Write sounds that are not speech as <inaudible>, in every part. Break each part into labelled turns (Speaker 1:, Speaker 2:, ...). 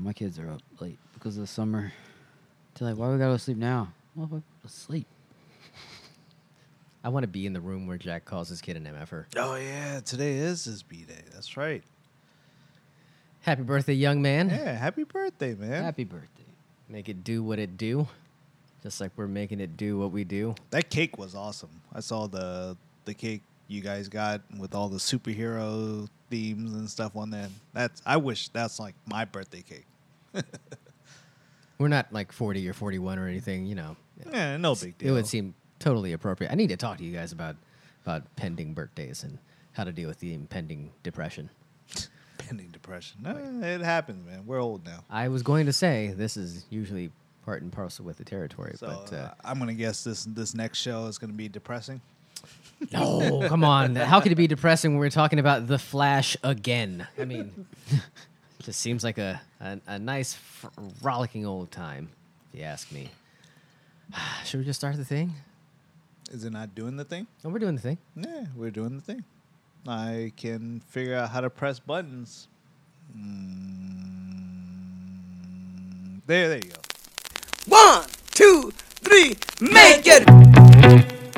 Speaker 1: my kids are up late because of the summer. They're like, why we gotta go sleep now? Well, we sleep.
Speaker 2: I want to be in the room where Jack calls his kid an er. MFR.
Speaker 3: Oh yeah, today is his B day. That's right.
Speaker 2: Happy birthday, young man.
Speaker 3: Yeah, happy birthday, man.
Speaker 1: Happy birthday.
Speaker 2: Make it do what it do. Just like we're making it do what we do.
Speaker 3: That cake was awesome. I saw the the cake you guys got with all the superhero themes and stuff on there. That's I wish that's like my birthday cake.
Speaker 2: We're not like 40 or 41 or anything, you know.
Speaker 3: Yeah, no big deal.
Speaker 2: It would seem totally appropriate. I need to talk to you guys about about pending birthdays and how to deal with the impending depression.
Speaker 3: pending depression. No, it happens, man. We're old now.
Speaker 2: I was going to say this is usually part and parcel with the territory,
Speaker 3: So
Speaker 2: but uh,
Speaker 3: uh, I'm gonna guess this this next show is gonna be depressing.
Speaker 2: no, come on. How could it be depressing when we're talking about The Flash again? I mean, <laughs> just seems like a, a, a nice, fr- rollicking old time, if you ask me. <sighs> Should we just start the thing?
Speaker 3: Is it not doing the thing?
Speaker 2: Oh, we're doing the thing.
Speaker 3: Yeah, we're doing the thing. I can figure out how to press buttons. Mm, there, there you go.
Speaker 4: One, two, three, make it.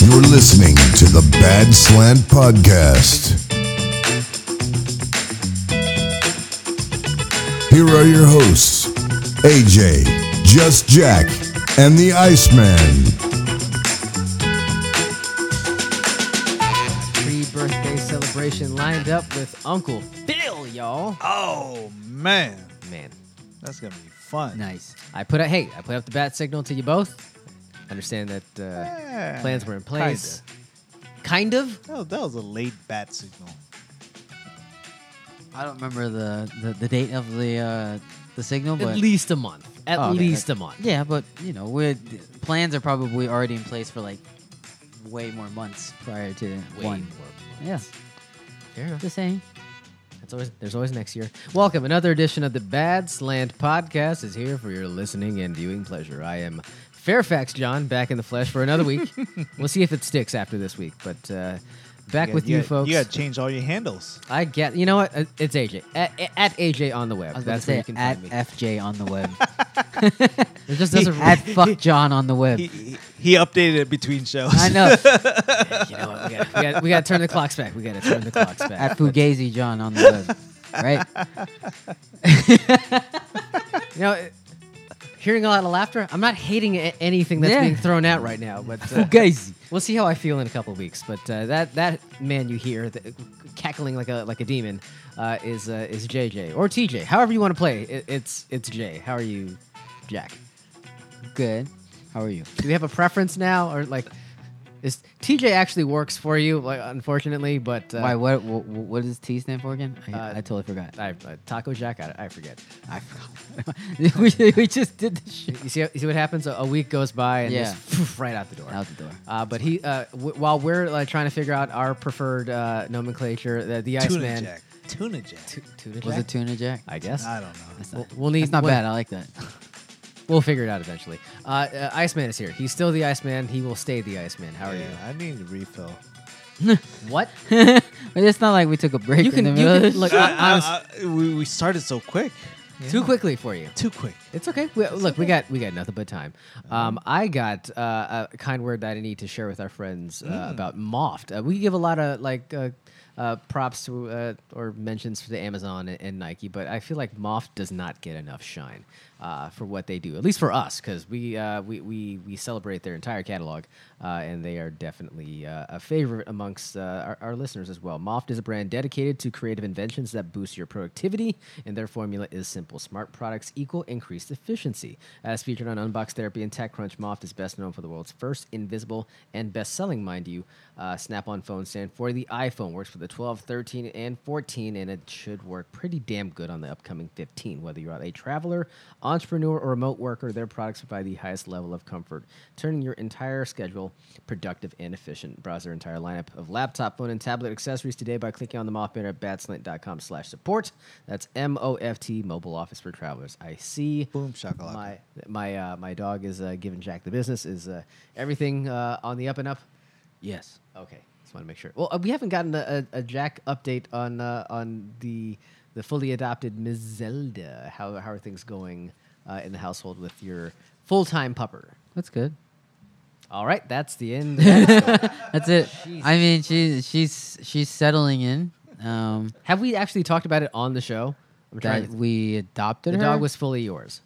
Speaker 5: You're listening to the Bad Slant Podcast. Here are your hosts, AJ, Just Jack, and the Iceman.
Speaker 2: Pre birthday celebration lined up with Uncle Phil, y'all.
Speaker 3: Oh man,
Speaker 2: Man,
Speaker 3: that's gonna be fun.
Speaker 1: Nice.
Speaker 2: I put out, hey, I put up the bat signal to you both. Understand that uh,
Speaker 3: Yeah,
Speaker 2: plans were in place. Kind of.
Speaker 3: That was, that was a late bat signal.
Speaker 1: I don't remember the, the, the date of the uh, the signal, but
Speaker 2: At least a month. At
Speaker 1: Oh, okay.
Speaker 2: least a month.
Speaker 1: yeah, but you know, we're, plans are probably already in place for like way more months prior to
Speaker 2: Way
Speaker 1: one.
Speaker 2: more
Speaker 1: Yeah,
Speaker 2: months. Fair enough.
Speaker 1: just saying.
Speaker 2: That's always, there's always next year. Welcome. Another edition of the Bad Slant Podcast is here for your listening and viewing pleasure. I am Fairfax John, back in the flesh for another <laughs> week. we'll see if it sticks after this week, but uh, back
Speaker 3: got-
Speaker 2: with you,
Speaker 3: got-
Speaker 2: folks.
Speaker 3: You gotta change all your handles.
Speaker 2: I get. You know what? Uh, It's AJ at, at AJ on the web.
Speaker 1: I was
Speaker 2: That's
Speaker 1: about
Speaker 2: where
Speaker 1: to
Speaker 2: you
Speaker 1: say
Speaker 2: can
Speaker 1: at
Speaker 2: find me.
Speaker 1: FJ on the
Speaker 2: <laughs>
Speaker 1: web.
Speaker 2: it just doesn't.
Speaker 1: at fuck John on the web.
Speaker 3: He, he, he updated it between shows.
Speaker 1: I
Speaker 2: <laughs>
Speaker 1: know.
Speaker 2: you know what? We got, we got we got to turn the clocks back. We got to turn the clocks <laughs> back.
Speaker 1: at Fugazi John on the web. Right?
Speaker 2: You know, it- hearing a lot of laughter, I'm not hating a- anything that's
Speaker 1: Yeah.
Speaker 2: being thrown out right now, but <laughs> uh,
Speaker 1: Fugazi.
Speaker 2: we'll see how I feel in a couple weeks. But uh, that that man you hear that cackling like a like a demon uh, is uh, is JJ or TJ, however you want to play. It, it's it's Jay. How are you, Jack?
Speaker 1: Good. How are you?
Speaker 2: Do we have a preference now, or like? Is TJ actually works for you? Like, unfortunately, but uh,
Speaker 1: Why? What? What, what does T stand for again? I,
Speaker 2: Uh,
Speaker 1: I totally forgot.
Speaker 2: I, uh, Taco Jack, I, I forget.
Speaker 1: I forgot. <laughs> we, we just did this shit.
Speaker 2: You see, you see what happens? A, a week goes by and
Speaker 1: Yeah.
Speaker 2: just right out the door.
Speaker 1: Out the door.
Speaker 2: Uh, but he, uh, w- while we're like trying to figure out our preferred uh, nomenclature, the, the
Speaker 3: <laughs> Tuna
Speaker 2: Iceman.
Speaker 3: Jack. Tuna Jack.
Speaker 2: Tu- tuna
Speaker 1: Was
Speaker 2: Jack?
Speaker 1: it tuna jack?
Speaker 2: I guess.
Speaker 3: I don't know.
Speaker 1: That's not-
Speaker 2: We'll- we'll need <laughs>
Speaker 1: That's not
Speaker 2: one-
Speaker 1: bad. I like that.
Speaker 2: We'll figure it out eventually. Uh, uh, Iceman is here. He's still the Iceman. He will stay the Iceman. How are
Speaker 3: Yeah, I need a refill.
Speaker 2: you? What?
Speaker 1: But it's not like we took a break.
Speaker 2: <laughs> You
Speaker 1: in
Speaker 2: can-
Speaker 1: the
Speaker 2: you
Speaker 1: middle of
Speaker 2: <laughs> can-
Speaker 1: this.
Speaker 2: look,
Speaker 3: <laughs>
Speaker 2: <laughs>
Speaker 3: I-
Speaker 2: I-
Speaker 3: I-
Speaker 2: honest-
Speaker 3: I- we, we started so quick.
Speaker 2: Too quickly for you.
Speaker 3: Too quick.
Speaker 2: It's okay. We, look, we got we got nothing but time. Um, I got uh, a kind word that I need to share with our friends uh, about Moft. Uh, we give a lot of like uh, uh, props to, uh, or mentions to Amazon and, and Nike, but I feel like Moft does not get enough shine uh, for what they do, at least for us, because we, uh, we we we celebrate their entire catalog, uh, and they are definitely uh, a favorite amongst uh, our, our listeners as well. Moft is a brand dedicated to creative inventions that boost your productivity, and their formula is simple: smart products equal increased efficiency. As featured on Unbox Therapy and TechCrunch, Moft is best known for the world's first invisible and best-selling, mind you, uh, snap-on phone stand for the iPhone. Works for the 12, 13, and 14, and it should work pretty damn good on the upcoming 15. Whether you're a traveler, entrepreneur, or remote worker, their products provide the highest level of comfort, turning your entire schedule productive and efficient. Browse their entire lineup of laptop, phone, and tablet accessories today by clicking on the Moth banner at batslant.com slash support. That's M-O-F-T, mobile office for travelers. I see.
Speaker 3: Boom shakalaka.
Speaker 2: My my uh, my dog is uh, giving Jack the business. Is uh, everything uh, on the up and up?
Speaker 1: Yes.
Speaker 2: Okay, just want to make sure. Well, uh, we haven't gotten a, a, a Jack update on uh, on the the fully adopted Ms. Zelda. How how are things going uh, in the household with your full time pupper?
Speaker 1: That's good.
Speaker 2: All right, that's the end.
Speaker 1: <laughs>
Speaker 2: of the episode.
Speaker 1: That's it. I mean, she's she's she's settling in. Um,
Speaker 2: Have we actually talked about it on the show? I'm
Speaker 1: that
Speaker 2: to-
Speaker 1: we adopted
Speaker 2: the
Speaker 1: her.
Speaker 2: dog was fully yours.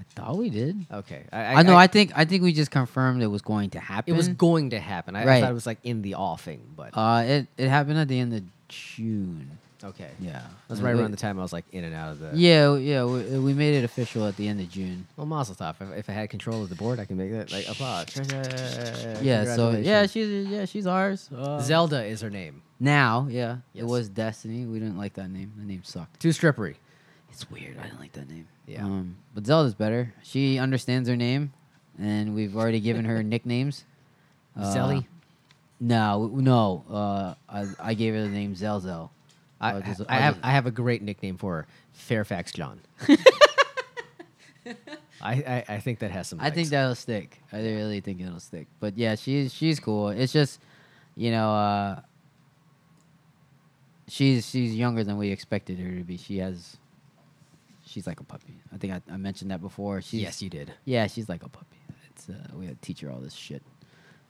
Speaker 1: I thought we did.
Speaker 2: Okay,
Speaker 1: I know. I, think I think we just confirmed it was going to
Speaker 2: it
Speaker 1: happen.
Speaker 2: was going to happen. I, I
Speaker 1: Right.
Speaker 2: thought it was like in the offing, but
Speaker 1: Uh, it it happened at the end of June.
Speaker 2: okay,
Speaker 1: Yeah,
Speaker 2: that's
Speaker 1: Uh,
Speaker 2: right
Speaker 1: we-
Speaker 2: around the time I was like in and out of the.
Speaker 1: Yeah, w- yeah, we, we made it official at the end of June.
Speaker 2: Well, Mazel tov. If, if I had control of the board, I can make that like
Speaker 1: <laughs>
Speaker 2: applause.
Speaker 1: Yeah, so yeah,
Speaker 2: Congratulations.
Speaker 1: she's yeah, she's ours. Uh,
Speaker 2: Zelda is her name.
Speaker 1: now, yeah,
Speaker 2: Yes.
Speaker 1: it was Destiny. We didn't like that name. The name sucked.
Speaker 2: Too strippery.
Speaker 1: It's weird. I didn't like that name.
Speaker 2: Yeah.
Speaker 1: Um, but Zelda's better. She understands her name, and we've already given <laughs> her nicknames. Uh,
Speaker 2: Zelly.
Speaker 1: No, w- no. Uh, I I gave her the name Zelzo.
Speaker 2: I,
Speaker 1: I'll just-
Speaker 2: I
Speaker 1: I'll
Speaker 2: have
Speaker 1: just-
Speaker 2: I have a great nickname for her, Fairfax
Speaker 1: <laughs>
Speaker 2: John. I, I, I think that has some.
Speaker 1: I think
Speaker 2: legs.
Speaker 1: that'll stick. I really think it'll stick. But yeah, she's she's cool. It's just, you know, uh, she's she's younger than we expected her to be. She has, she's like a puppy. I think I, I mentioned that before. She's,
Speaker 2: yes, you did.
Speaker 1: Yeah, she's like a puppy. It's uh, we gotta teach her all this shit,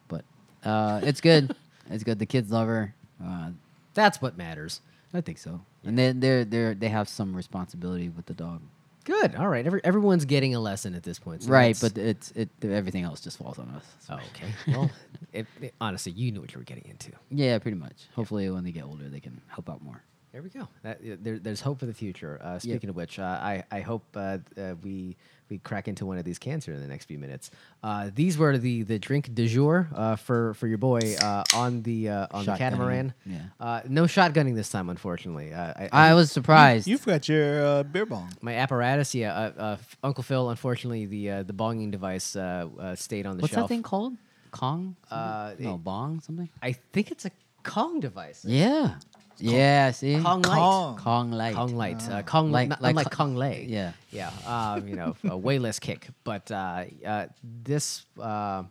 Speaker 1: but uh, it's
Speaker 2: <laughs>
Speaker 1: good. it's good. The kids love her. Uh,
Speaker 2: That's what matters.
Speaker 1: I think so. And they they they they have some responsibility with the dog.
Speaker 2: Good. All right. Every, everyone's getting a lesson at this point. so
Speaker 1: right,
Speaker 2: that's-
Speaker 1: but it's it everything else just falls on us.
Speaker 2: <laughs> oh, okay. Well, it, it- honestly, you knew what you were getting into.
Speaker 1: Yeah, pretty much. Hopefully, when they get older, they can help out more.
Speaker 2: There we go. That, uh, there, there's hope for the future. Uh, speaking of which, uh, I, I hope uh, th- uh, we we crack into one of these cancer in the next few minutes. Uh, these were the, the drink du jour uh, for for your boy uh, on the uh, on the
Speaker 1: Shotgunning.
Speaker 2: catamaran.
Speaker 1: Yeah.
Speaker 2: Uh, no shotgunning this time, unfortunately. Uh, I,
Speaker 1: I was surprised.
Speaker 3: You've got your uh, beer bong.
Speaker 2: my apparatus, yeah. Uh, uh, f- Uncle Phil, unfortunately, the uh, the bonging device uh, uh, stayed on the
Speaker 1: What's
Speaker 2: shelf.
Speaker 1: that thing called? Kong?
Speaker 2: Uh,
Speaker 1: something? no, bong something.
Speaker 2: I think it's a Kong device.
Speaker 1: Yeah. yeah. See.
Speaker 2: Kong light.
Speaker 3: Kong.
Speaker 1: Kong light.
Speaker 2: Kong Light. Uh, Kong
Speaker 1: Like-
Speaker 2: Light. Not,
Speaker 1: like
Speaker 2: unlike
Speaker 1: Kong-
Speaker 2: Kong Lei.
Speaker 1: yeah.
Speaker 2: Yeah. Um, you know,
Speaker 1: <laughs>
Speaker 2: a way less kick. But uh, uh, this, uh,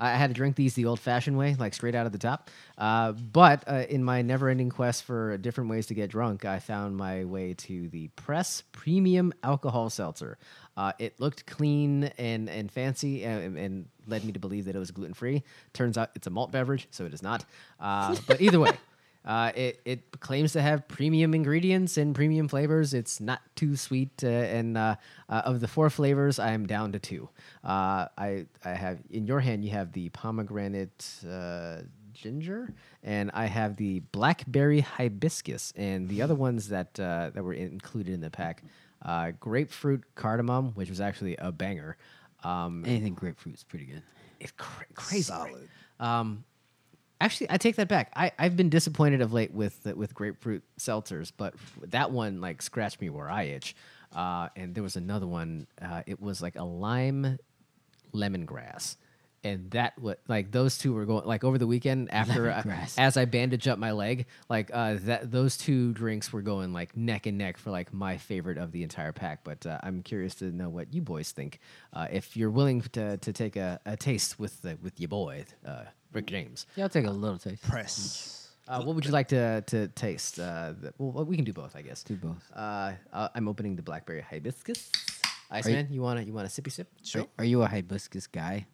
Speaker 2: I had to drink these the old fashioned way, like straight out of the top. Uh, but uh, in my never ending quest for different ways to get drunk, I found my way to the Press Premium Alcohol Seltzer. Uh, it looked clean and, and fancy uh, and, and led me to believe that it was gluten free. Turns out it's a malt beverage, so it is not. Uh, but
Speaker 1: <laughs>
Speaker 2: either way, Uh, it, it claims to have premium ingredients and premium flavors. It's not too sweet, uh, and uh, uh, of the four flavors, I am down to two. Uh, I I have in your hand you have the pomegranate uh, ginger, and I have the blackberry hibiscus, and the other ones that uh, that were included in the pack, uh, grapefruit cardamom, which was actually a banger. Um,
Speaker 1: Anything grapefruit's pretty good.
Speaker 2: it's cra- crazy. Solid. Um, actually, I take that back. I, I've been disappointed of late with with grapefruit seltzers, but that one like scratched me where I itch. Uh, and there was another one. Uh, it was like a lime lemongrass. And that what like those two were going like over the weekend after I,
Speaker 1: Lemongrass.
Speaker 2: as I bandage up my leg like uh, that those two drinks were going like neck and neck for like my favorite of the entire pack but uh, I'm curious to know what you boys think uh, if you're willing to, to take a, a taste with the, with your boy uh, Rick James
Speaker 1: Yeah, I'll take a little taste.
Speaker 3: Press.
Speaker 2: uh, what would you like to to taste uh, the, well we can do both I guess
Speaker 1: Do both.
Speaker 2: uh, uh, I'm opening the blackberry hibiscus
Speaker 1: you-
Speaker 2: Iceman you, wanna you wanna sippy sip
Speaker 1: Are, are you a hibiscus guy?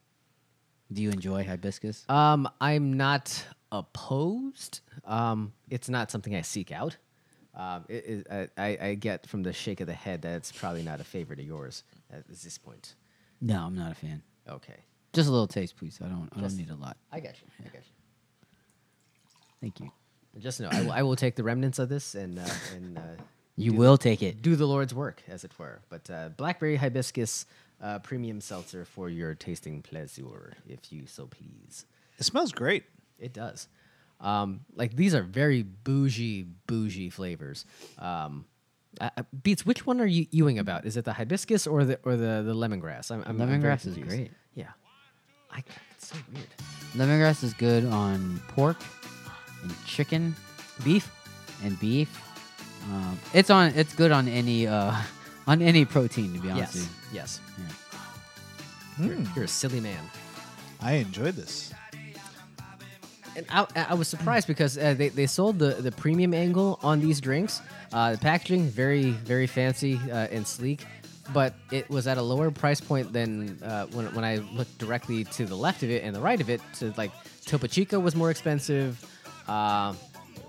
Speaker 1: Do you enjoy hibiscus?
Speaker 2: Um, I'm not opposed. Um, it's not something I seek out. Um, it, it, I- I, I get from the shake of the head that it's probably not a favorite of yours at this point.
Speaker 1: no, I'm not a fan.
Speaker 2: Okay,
Speaker 1: Just a little taste, please. I don't. I
Speaker 2: Just-
Speaker 1: don't need a lot.
Speaker 2: I got you. I got you.
Speaker 1: Thank you.
Speaker 2: Just know I will, I will take the remnants of this and uh, and uh,
Speaker 1: You
Speaker 2: do-
Speaker 1: will take it.
Speaker 2: do the Lord's work, as it were. But uh, blackberry hibiscus uh, premium seltzer for your tasting pleasure, if you so please.
Speaker 3: It smells great.
Speaker 2: It does. Um, like these are very bougie, bougie flavors. Um, I, I- Beats, which one are you ewing about? Is it the hibiscus or the or the, the lemongrass? I'm, I'm, I'm very
Speaker 1: Lemongrass is
Speaker 2: confused.
Speaker 1: great.
Speaker 2: Yeah, I, it's so weird.
Speaker 1: Lemongrass is good on pork and chicken, beef and beef. Um, it's on. It's good on any uh, <laughs> on any protein. To be honest,
Speaker 2: Yes,
Speaker 1: with you.
Speaker 2: yes.
Speaker 1: Yeah.
Speaker 2: You're, you're a silly man.
Speaker 3: I enjoy this.
Speaker 2: and I, I was surprised because uh, they, they sold the, the premium angle on these drinks. Uh, the packaging very very fancy uh, and sleek, but it was at a lower price point than uh, when when I looked directly to the left of it and the right of it. So like Topo Chico was more expensive. Uh,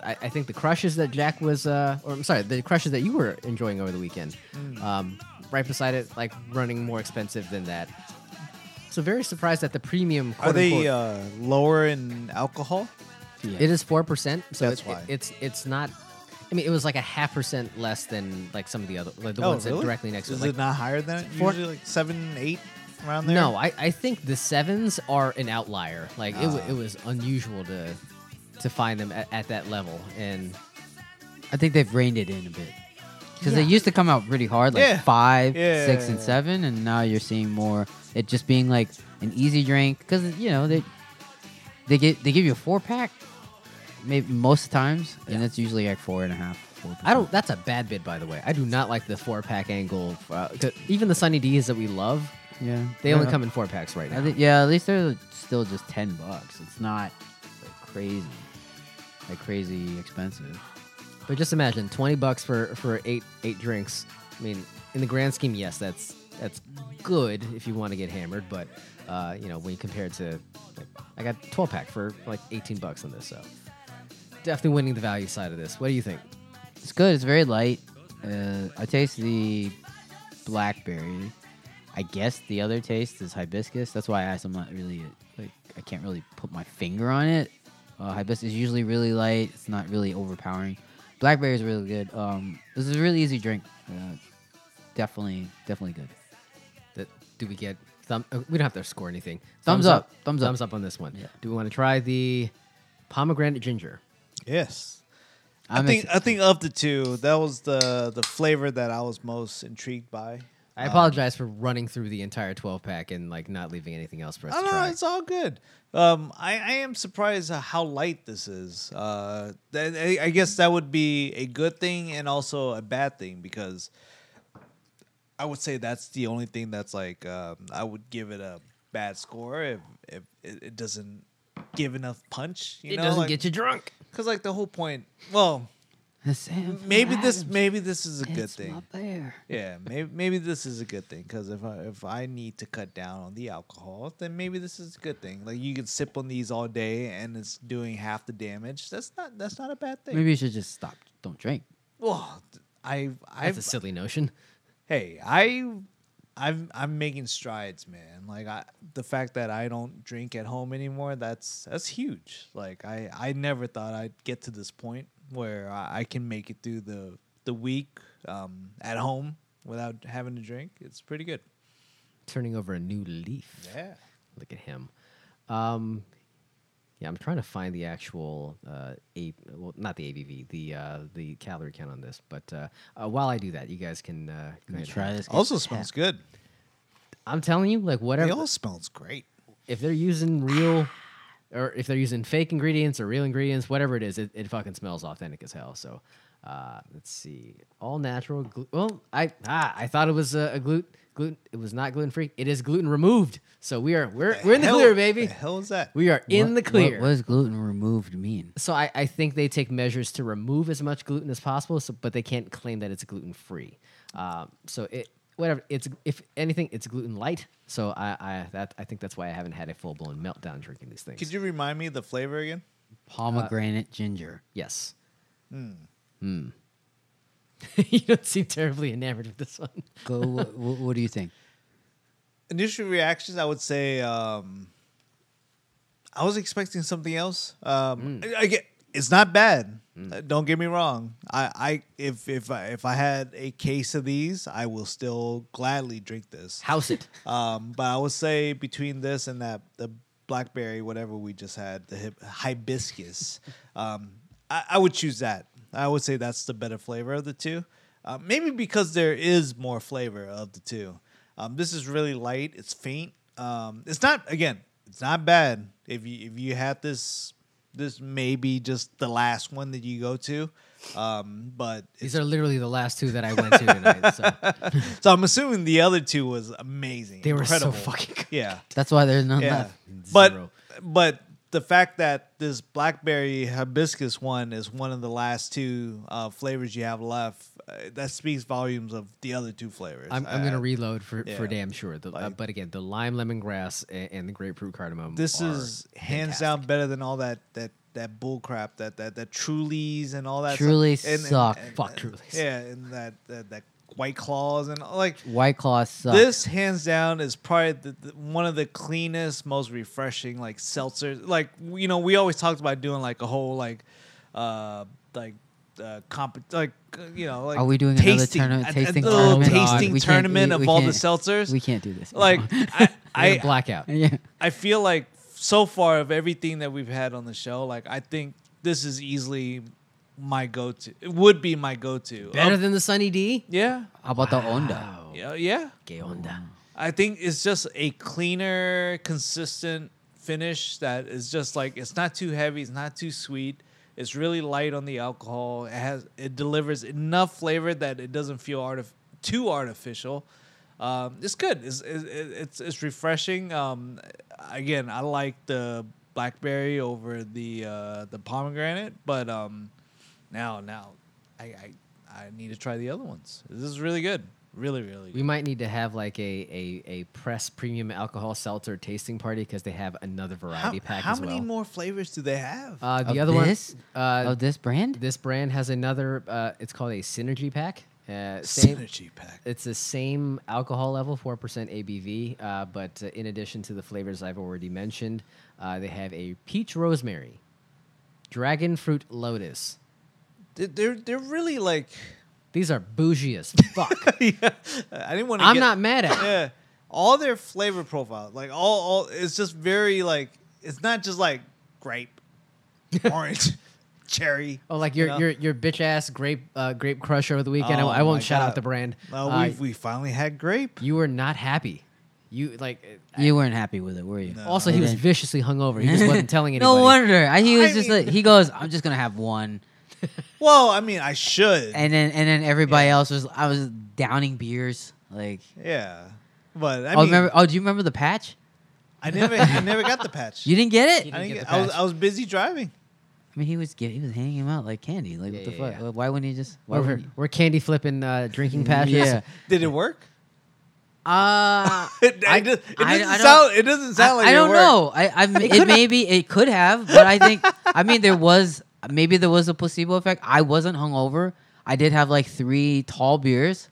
Speaker 2: I, I think the crushes that Jack was, uh, or I'm sorry, the crushes that you were enjoying over the weekend, um, right beside it, like running more expensive than that. So very surprised that the premium.
Speaker 3: Are
Speaker 2: quote unquote,
Speaker 3: they uh, lower in alcohol?
Speaker 2: it is four percent, so
Speaker 3: That's
Speaker 2: it-
Speaker 3: why.
Speaker 2: it- it's it's not. I mean, it was like a half percent less than like some of the other like the
Speaker 3: Oh,
Speaker 2: ones
Speaker 3: really?
Speaker 2: that directly next to
Speaker 3: Is
Speaker 2: like,
Speaker 3: it not higher than it?
Speaker 2: Four-
Speaker 3: Usually like seven, eight around there.
Speaker 2: No, I, I think the sevens are an outlier. Like it
Speaker 3: Ah.
Speaker 2: it, it was unusual to to find them at, at that level, and
Speaker 1: I think they've reined it in a bit because they
Speaker 2: Yeah.
Speaker 1: used to come out really hard, like
Speaker 3: Yeah.
Speaker 1: five,
Speaker 3: Yeah,
Speaker 1: six,
Speaker 3: yeah,
Speaker 1: and
Speaker 3: yeah.
Speaker 1: seven, and now you're seeing more. It just being like an easy drink because you know they they get they give you a four pack, maybe most times, and it's usually like four and a half. 4%.
Speaker 2: I don't. That's a bad bid, by the way. I do not like the four pack angle. Uh, 'cause even the Sunny D's that we love,
Speaker 1: Yeah,
Speaker 2: they
Speaker 1: Yeah.
Speaker 2: only come in four packs right now.
Speaker 1: I think yeah, at least they're still just ten bucks. It's not like crazy, like crazy expensive.
Speaker 2: But just imagine twenty bucks for for eight eight drinks. I mean, in the grand scheme, yes, that's that's good if you want to get hammered. But uh, you know, when you compare it to, like, I got twelve pack for like eighteen bucks on this, so definitely winning the value side of this. What do you think?
Speaker 1: It's good. It's very light. Uh, I taste the blackberry. I guess the other taste is hibiscus. That's why I asked. I'm not really like I can't really put my finger on it. Uh, hibiscus is usually really light. It's not really overpowering. Blackberry is really good. Um, this is a really easy drink. Uh, definitely, definitely good.
Speaker 2: That do we get thumb? uh, We don't have to score anything.
Speaker 1: Thumbs up. Thumbs up.
Speaker 2: Thumbs up on this one. Do we want to try the pomegranate ginger?
Speaker 3: Yes. i
Speaker 1: I'm
Speaker 3: think
Speaker 1: exci- <laughs>
Speaker 3: I think of the two, that was the the flavor that I was most intrigued by.
Speaker 2: I apologize for running through the entire twelve pack and like not leaving anything else for us
Speaker 3: I
Speaker 2: to
Speaker 3: don't
Speaker 2: try.
Speaker 3: know. Oh, It's all good. Um, I, I am surprised at how light this is. Uh, that, I, I guess that would be a good thing and also a bad thing because I would say that's the only thing that's like um, I would give it a bad score if, if it, it doesn't give enough punch. You
Speaker 2: it
Speaker 3: know,
Speaker 2: doesn't get you drunk.
Speaker 3: because like the whole point. Well,
Speaker 1: Sam
Speaker 3: maybe this
Speaker 1: Adams,
Speaker 3: maybe this is a good
Speaker 1: it's
Speaker 3: thing.
Speaker 1: my bear.
Speaker 3: Yeah, maybe maybe this is a good thing because if I if I need to cut down on the alcohol, then maybe this is a good thing. Like you can sip on these all day and it's doing half the damage. That's not that's not a bad thing.
Speaker 1: Maybe you should just stop. Don't drink.
Speaker 3: Well, I I
Speaker 2: That's a silly notion.
Speaker 3: hey I I'm I'm making strides, man. Like I the fact that I don't drink at home anymore, that's that's huge. Like I I never thought I'd get to this point where I, I can make it through the the week um, at home without having to drink. It's pretty good.
Speaker 2: turning over a new leaf.
Speaker 3: Yeah.
Speaker 2: Look at him. Um, yeah, I'm trying to find the actual uh, a well, not the ABV, the uh, the calorie count on this. But uh, uh, while I do that, you guys can uh, go ahead.
Speaker 1: Try this.
Speaker 3: Also smells good.
Speaker 2: I'm telling you, like
Speaker 3: It
Speaker 2: whatever,
Speaker 3: all smells great.
Speaker 2: if they're using real, or if they're using fake ingredients or real ingredients, whatever it is, it, it fucking smells authentic as hell. So. Uh, let's see. All natural. Glu- well, I ah, I thought it was a, a gluten gluten. It was not gluten free. It is gluten removed. So we are we're we're in the
Speaker 3: Hell-
Speaker 2: clear, baby.
Speaker 3: The hell is that?
Speaker 2: We are in
Speaker 1: What-
Speaker 2: the clear.
Speaker 1: What, what does gluten removed
Speaker 3: Uh,
Speaker 1: mean?
Speaker 2: so I, I think they take measures to remove as much gluten as possible, so, but they can't claim that it's gluten free. Um, so it whatever it's if anything it's gluten light. So I, I that I think that's why I haven't had a full blown meltdown drinking these things.
Speaker 3: Could you remind me the flavor again?
Speaker 1: Pomegranate ginger.
Speaker 2: yes. Hmm. <laughs> you don't seem terribly enamored with this one.
Speaker 3: <laughs>
Speaker 1: Go. what, what do you think?
Speaker 3: Initial reactions, I would say um, I was expecting something else. Um, I, I get it's not bad. Uh, Don't get me wrong. I, I if if I, if I had a case of these, I will still gladly drink this.
Speaker 2: House it.
Speaker 3: Um, but I would say between this and that, the blackberry, whatever we just had, the hib-
Speaker 2: <laughs>
Speaker 3: hibiscus, um, I, I would choose that. I would say that's the better flavor of the two. Uh, maybe because there is more flavor of the two. Um, this is really light. It's faint. Um, it's not again. It's not bad. If you if you had this, this may be just the last one that you go to. Um, but <laughs>
Speaker 2: These are literally the last two that I went to tonight. So
Speaker 3: so I'm assuming the other two was amazing.
Speaker 2: they were
Speaker 3: incredible.
Speaker 2: so fucking. Good.
Speaker 3: yeah.
Speaker 1: That's why there's none
Speaker 3: Yeah.
Speaker 1: left.
Speaker 3: But
Speaker 2: Zero.
Speaker 3: but the fact that this blackberry hibiscus one is one of the last two uh, flavors you have left, uh, that speaks volumes of the other two flavors. Uh,
Speaker 2: I'm, I'm gonna
Speaker 3: I-
Speaker 2: reload for, for
Speaker 3: yeah.
Speaker 2: damn sure. The, uh,
Speaker 3: Like-
Speaker 2: but again, the lime lemongrass and, and the grapefruit cardamom.
Speaker 3: This
Speaker 2: are
Speaker 3: is hands down better than all that that that bull crap that that that Trulies and all that. stuff.
Speaker 1: Truly
Speaker 3: And- and-
Speaker 1: suck.
Speaker 3: and-
Speaker 2: fuck Trulies.
Speaker 3: yeah, and that that, that White Claws and all- like
Speaker 1: White Claw
Speaker 2: uh,
Speaker 1: sucks.
Speaker 3: This hands down is probably the, the, one of the cleanest, most refreshing like seltzers. Like you know, we always talked about doing like a whole like, uh, like. Uh, comp- like uh, you know, like
Speaker 1: Are we doing another
Speaker 3: tasting,
Speaker 1: tourna-
Speaker 3: a- a
Speaker 1: tasting
Speaker 3: little
Speaker 1: tournament? Oh,
Speaker 3: tasting
Speaker 1: we can't-
Speaker 3: tournament
Speaker 1: we-
Speaker 3: of
Speaker 1: we
Speaker 3: all the
Speaker 1: can't-
Speaker 3: selters?
Speaker 1: we can't do this. <laughs>
Speaker 3: like I,
Speaker 2: we're gonna
Speaker 3: I,
Speaker 2: blackout.
Speaker 1: yeah.
Speaker 3: I feel like so far of everything that we've had on the show, like I think this is easily my go-to. It would be my go-to.
Speaker 2: Better
Speaker 3: Um,
Speaker 2: than the Sunny D.
Speaker 3: yeah,
Speaker 1: How about the Onda?
Speaker 3: yeah, yeah.
Speaker 2: Que onda?
Speaker 3: I think it's just a cleaner, consistent finish that is just like it's not too heavy, it's not too sweet. It's really light on the alcohol. It has it delivers enough flavor that it doesn't feel artif- too artificial. Um, it's good. It's it, it- it's it's refreshing. Um, again, I like the blackberry over the uh, the pomegranate, but um, now now I, I I need to try the other ones. This is really good. Really really.
Speaker 2: We
Speaker 3: Good.
Speaker 2: might need to have like a, a, a press premium alcohol seltzer tasting party because they have another variety pack as well.
Speaker 3: many more flavors do they have?
Speaker 2: uh, the
Speaker 1: Of
Speaker 2: other
Speaker 1: this?
Speaker 2: one, uh,
Speaker 1: of this brand?
Speaker 2: this brand has another. Uh, it's called a synergy pack. Uh, same,
Speaker 3: Synergy pack.
Speaker 2: It's the same alcohol level, four percent ABV, uh, but uh, in addition to the flavors I've already mentioned, uh, they have a peach rosemary, dragon fruit lotus.
Speaker 3: They- They're they're really like. <laughs>
Speaker 2: These are bougie as fuck.
Speaker 3: yeah, I didn't want to.
Speaker 2: I'm not mad at. it.
Speaker 3: Yeah, all their flavor profile, like all all, it's just very like it's not just like grape, orange, cherry.
Speaker 2: Oh, like your
Speaker 3: you know?
Speaker 2: your your bitch ass grape uh, grape crush over the weekend. I-
Speaker 3: Oh
Speaker 2: I, won't
Speaker 3: my
Speaker 2: shout out
Speaker 3: God.
Speaker 2: the brand.
Speaker 3: No,
Speaker 2: Uh,
Speaker 3: we we finally had grape.
Speaker 2: you were not happy. You like. uh,
Speaker 1: You weren't happy with it, were you?
Speaker 2: Also, he was
Speaker 1: <laughs> didn't.
Speaker 2: viciously hungover. He just wasn't
Speaker 3: <laughs>
Speaker 2: telling anybody.
Speaker 1: No wonder. I, he was
Speaker 3: I
Speaker 1: just
Speaker 3: mean-
Speaker 1: like, he goes, I'm just gonna have one,
Speaker 3: Well, I mean, I should.
Speaker 1: and then and then everybody else was I was downing beers. Like
Speaker 3: yeah, but I
Speaker 1: oh,
Speaker 3: mean,
Speaker 1: remember? Oh, do you remember the patch?
Speaker 3: I never I never got the patch.
Speaker 1: You didn't get it.
Speaker 2: You
Speaker 3: I,
Speaker 2: didn't
Speaker 3: didn't
Speaker 2: get
Speaker 3: get,
Speaker 2: the
Speaker 3: I was
Speaker 2: patch.
Speaker 3: I was busy driving.
Speaker 1: I mean, he was get, he was hanging him out like candy. Like
Speaker 2: Yeah,
Speaker 1: what the
Speaker 2: yeah,
Speaker 1: fuck?
Speaker 2: yeah.
Speaker 1: Why wouldn't he just? Why
Speaker 2: We're,
Speaker 1: wouldn't he?
Speaker 2: we're candy flipping uh, drinking
Speaker 3: Mm,
Speaker 2: patches.
Speaker 1: Yeah.
Speaker 3: Did it
Speaker 1: <laughs>
Speaker 3: work? <laughs>
Speaker 1: Uh,
Speaker 3: It,
Speaker 1: I-
Speaker 3: does- it
Speaker 1: I-
Speaker 3: doesn't
Speaker 1: I don't-
Speaker 3: sound. It doesn't sound like
Speaker 1: I, I
Speaker 3: it
Speaker 1: don't
Speaker 3: worked.
Speaker 1: know. I, I <laughs> it maybe it could have, but I think I mean there was maybe there was a placebo effect. I wasn't hungover. I did have like three tall beers.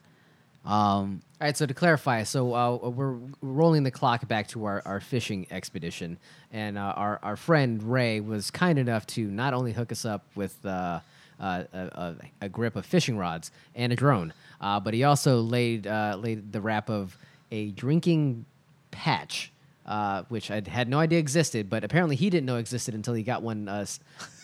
Speaker 1: Um,
Speaker 2: All right, so to clarify, so uh, we're rolling the clock back to our, our fishing expedition, and uh, our, our friend Ray was kind enough to not only hook us up with uh, uh, a, a, a grip of fishing rods and a drone, uh, but he also laid, uh, laid the wrap of a drinking patch, uh, which I had no idea existed, but apparently he didn't know existed until he got one uh, s-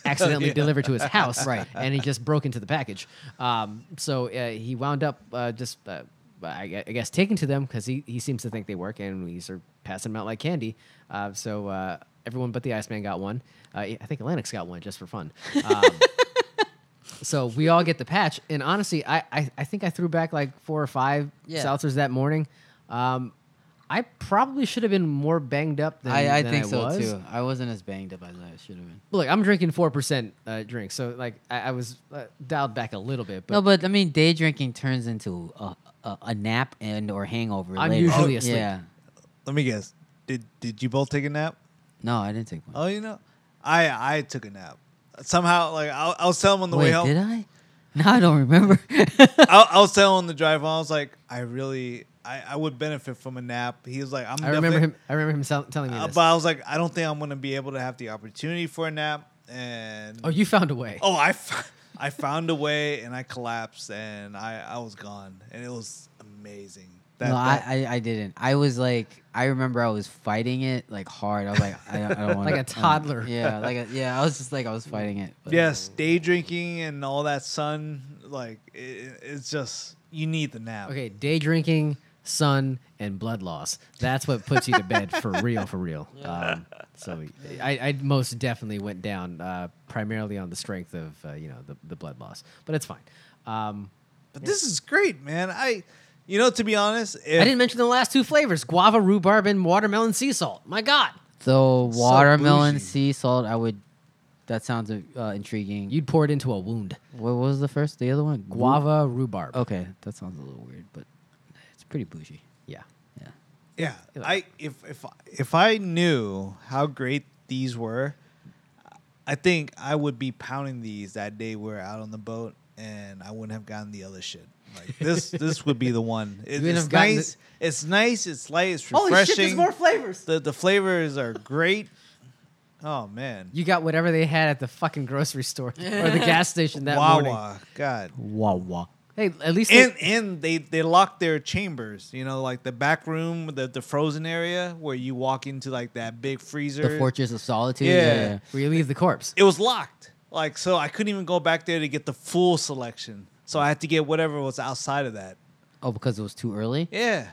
Speaker 2: accidentally delivered to his house, right? And he just broke into the package. Um, so uh, he wound up uh, just. Uh, I, gue- I guess taken to them because he, he seems to think they work and these are passing them out like candy. Uh, so uh, everyone but the Iceman got one. Uh, I think Atlantic's got one just for fun.
Speaker 1: <laughs>
Speaker 2: Um, so we all get the patch. And honestly, I, I, I think I threw back like four or five
Speaker 1: Yeah.
Speaker 2: seltzers that morning. Um, I probably should have been more banged up than
Speaker 1: I, I
Speaker 2: than
Speaker 1: think so
Speaker 2: was.
Speaker 1: too. I wasn't as banged up as I should have been.
Speaker 2: But look, I'm drinking four percent uh, drink, so like I, I was uh, dialed back a little bit. But
Speaker 1: no, but I mean, day drinking turns into a, a, a nap and or hangover.
Speaker 2: I'm
Speaker 1: later.
Speaker 2: usually asleep.
Speaker 1: Yeah.
Speaker 3: Let me guess. Did did you both take a nap?
Speaker 1: No, I didn't take one.
Speaker 3: Oh, you know, I I took a nap. Somehow, like I, I was telling him on the way
Speaker 1: Wait,
Speaker 3: home.
Speaker 1: did I? <laughs> No, I don't remember. <laughs>
Speaker 3: I, I was telling him on the drive home. I was like, I really, I, I would benefit from a nap. He was like, I'm.
Speaker 2: I remember
Speaker 3: definitely-
Speaker 2: him. I remember him sell- telling me
Speaker 3: Uh,
Speaker 2: this.
Speaker 3: but I was like, I don't think I'm gonna be able to have the opportunity for a nap. And
Speaker 2: oh, you found a way.
Speaker 3: <laughs> oh, I, f- I found a way, and I collapsed, and I I was gone, and it was amazing. That,
Speaker 1: no,
Speaker 3: that-
Speaker 1: I, I, I didn't. I was like, I remember I was fighting it like hard. I was like, I, don't- I don't want <laughs>
Speaker 2: Like a toddler.
Speaker 1: yeah, like a, yeah. I was just like, I was fighting it. but-
Speaker 3: yes, day drinking and all that sun, like it, it- it's just you need the nap.
Speaker 2: Okay, day drinking, sun, and blood loss. That's what puts you to bed for real, for real. Um, so I, I most definitely went down uh, primarily on the strength of uh, you know the, the blood loss, but it's fine. Um,
Speaker 3: But this is great, man. I, you know, to be honest, if,
Speaker 2: I didn't mention the last two flavors: guava, rhubarb, and watermelon sea salt. My God,
Speaker 1: The
Speaker 3: So
Speaker 1: watermelon
Speaker 3: bougie.
Speaker 1: sea salt. I would. That sounds uh, intriguing.
Speaker 2: You'd pour it into a wound.
Speaker 1: what was the first? The other one? Gu-
Speaker 2: Guava rhubarb.
Speaker 1: Okay, that sounds a little weird, but it's pretty bougie.
Speaker 2: Yeah.
Speaker 1: Yeah.
Speaker 3: Yeah, I if if if I knew how great these were, I think I would be pounding these that day we were out on the boat, and I wouldn't have gotten the other shit.
Speaker 2: <laughs>
Speaker 3: Like this, this would be the one. It-
Speaker 2: wouldn't
Speaker 3: it's
Speaker 2: have gotten
Speaker 3: nice. It's nice. It's light. It's refreshing.
Speaker 2: flavors.
Speaker 3: the the flavors are great. Oh man,
Speaker 2: You got whatever they had at the fucking grocery store or the gas station that morning.
Speaker 3: Wawa, God,
Speaker 1: Wah wah.
Speaker 2: Hey, at least
Speaker 3: and
Speaker 2: they-
Speaker 3: and they they lock their chambers. You know, like the back room, the the frozen area where you walk into like that big freezer.
Speaker 1: The Fortress of Solitude.
Speaker 3: Yeah.
Speaker 2: where you leave the corpse.
Speaker 3: it was locked. Like so I couldn't even go back there to get the full selection. So I had to get whatever was outside of that.
Speaker 1: Oh, because it was too early.
Speaker 3: Yeah.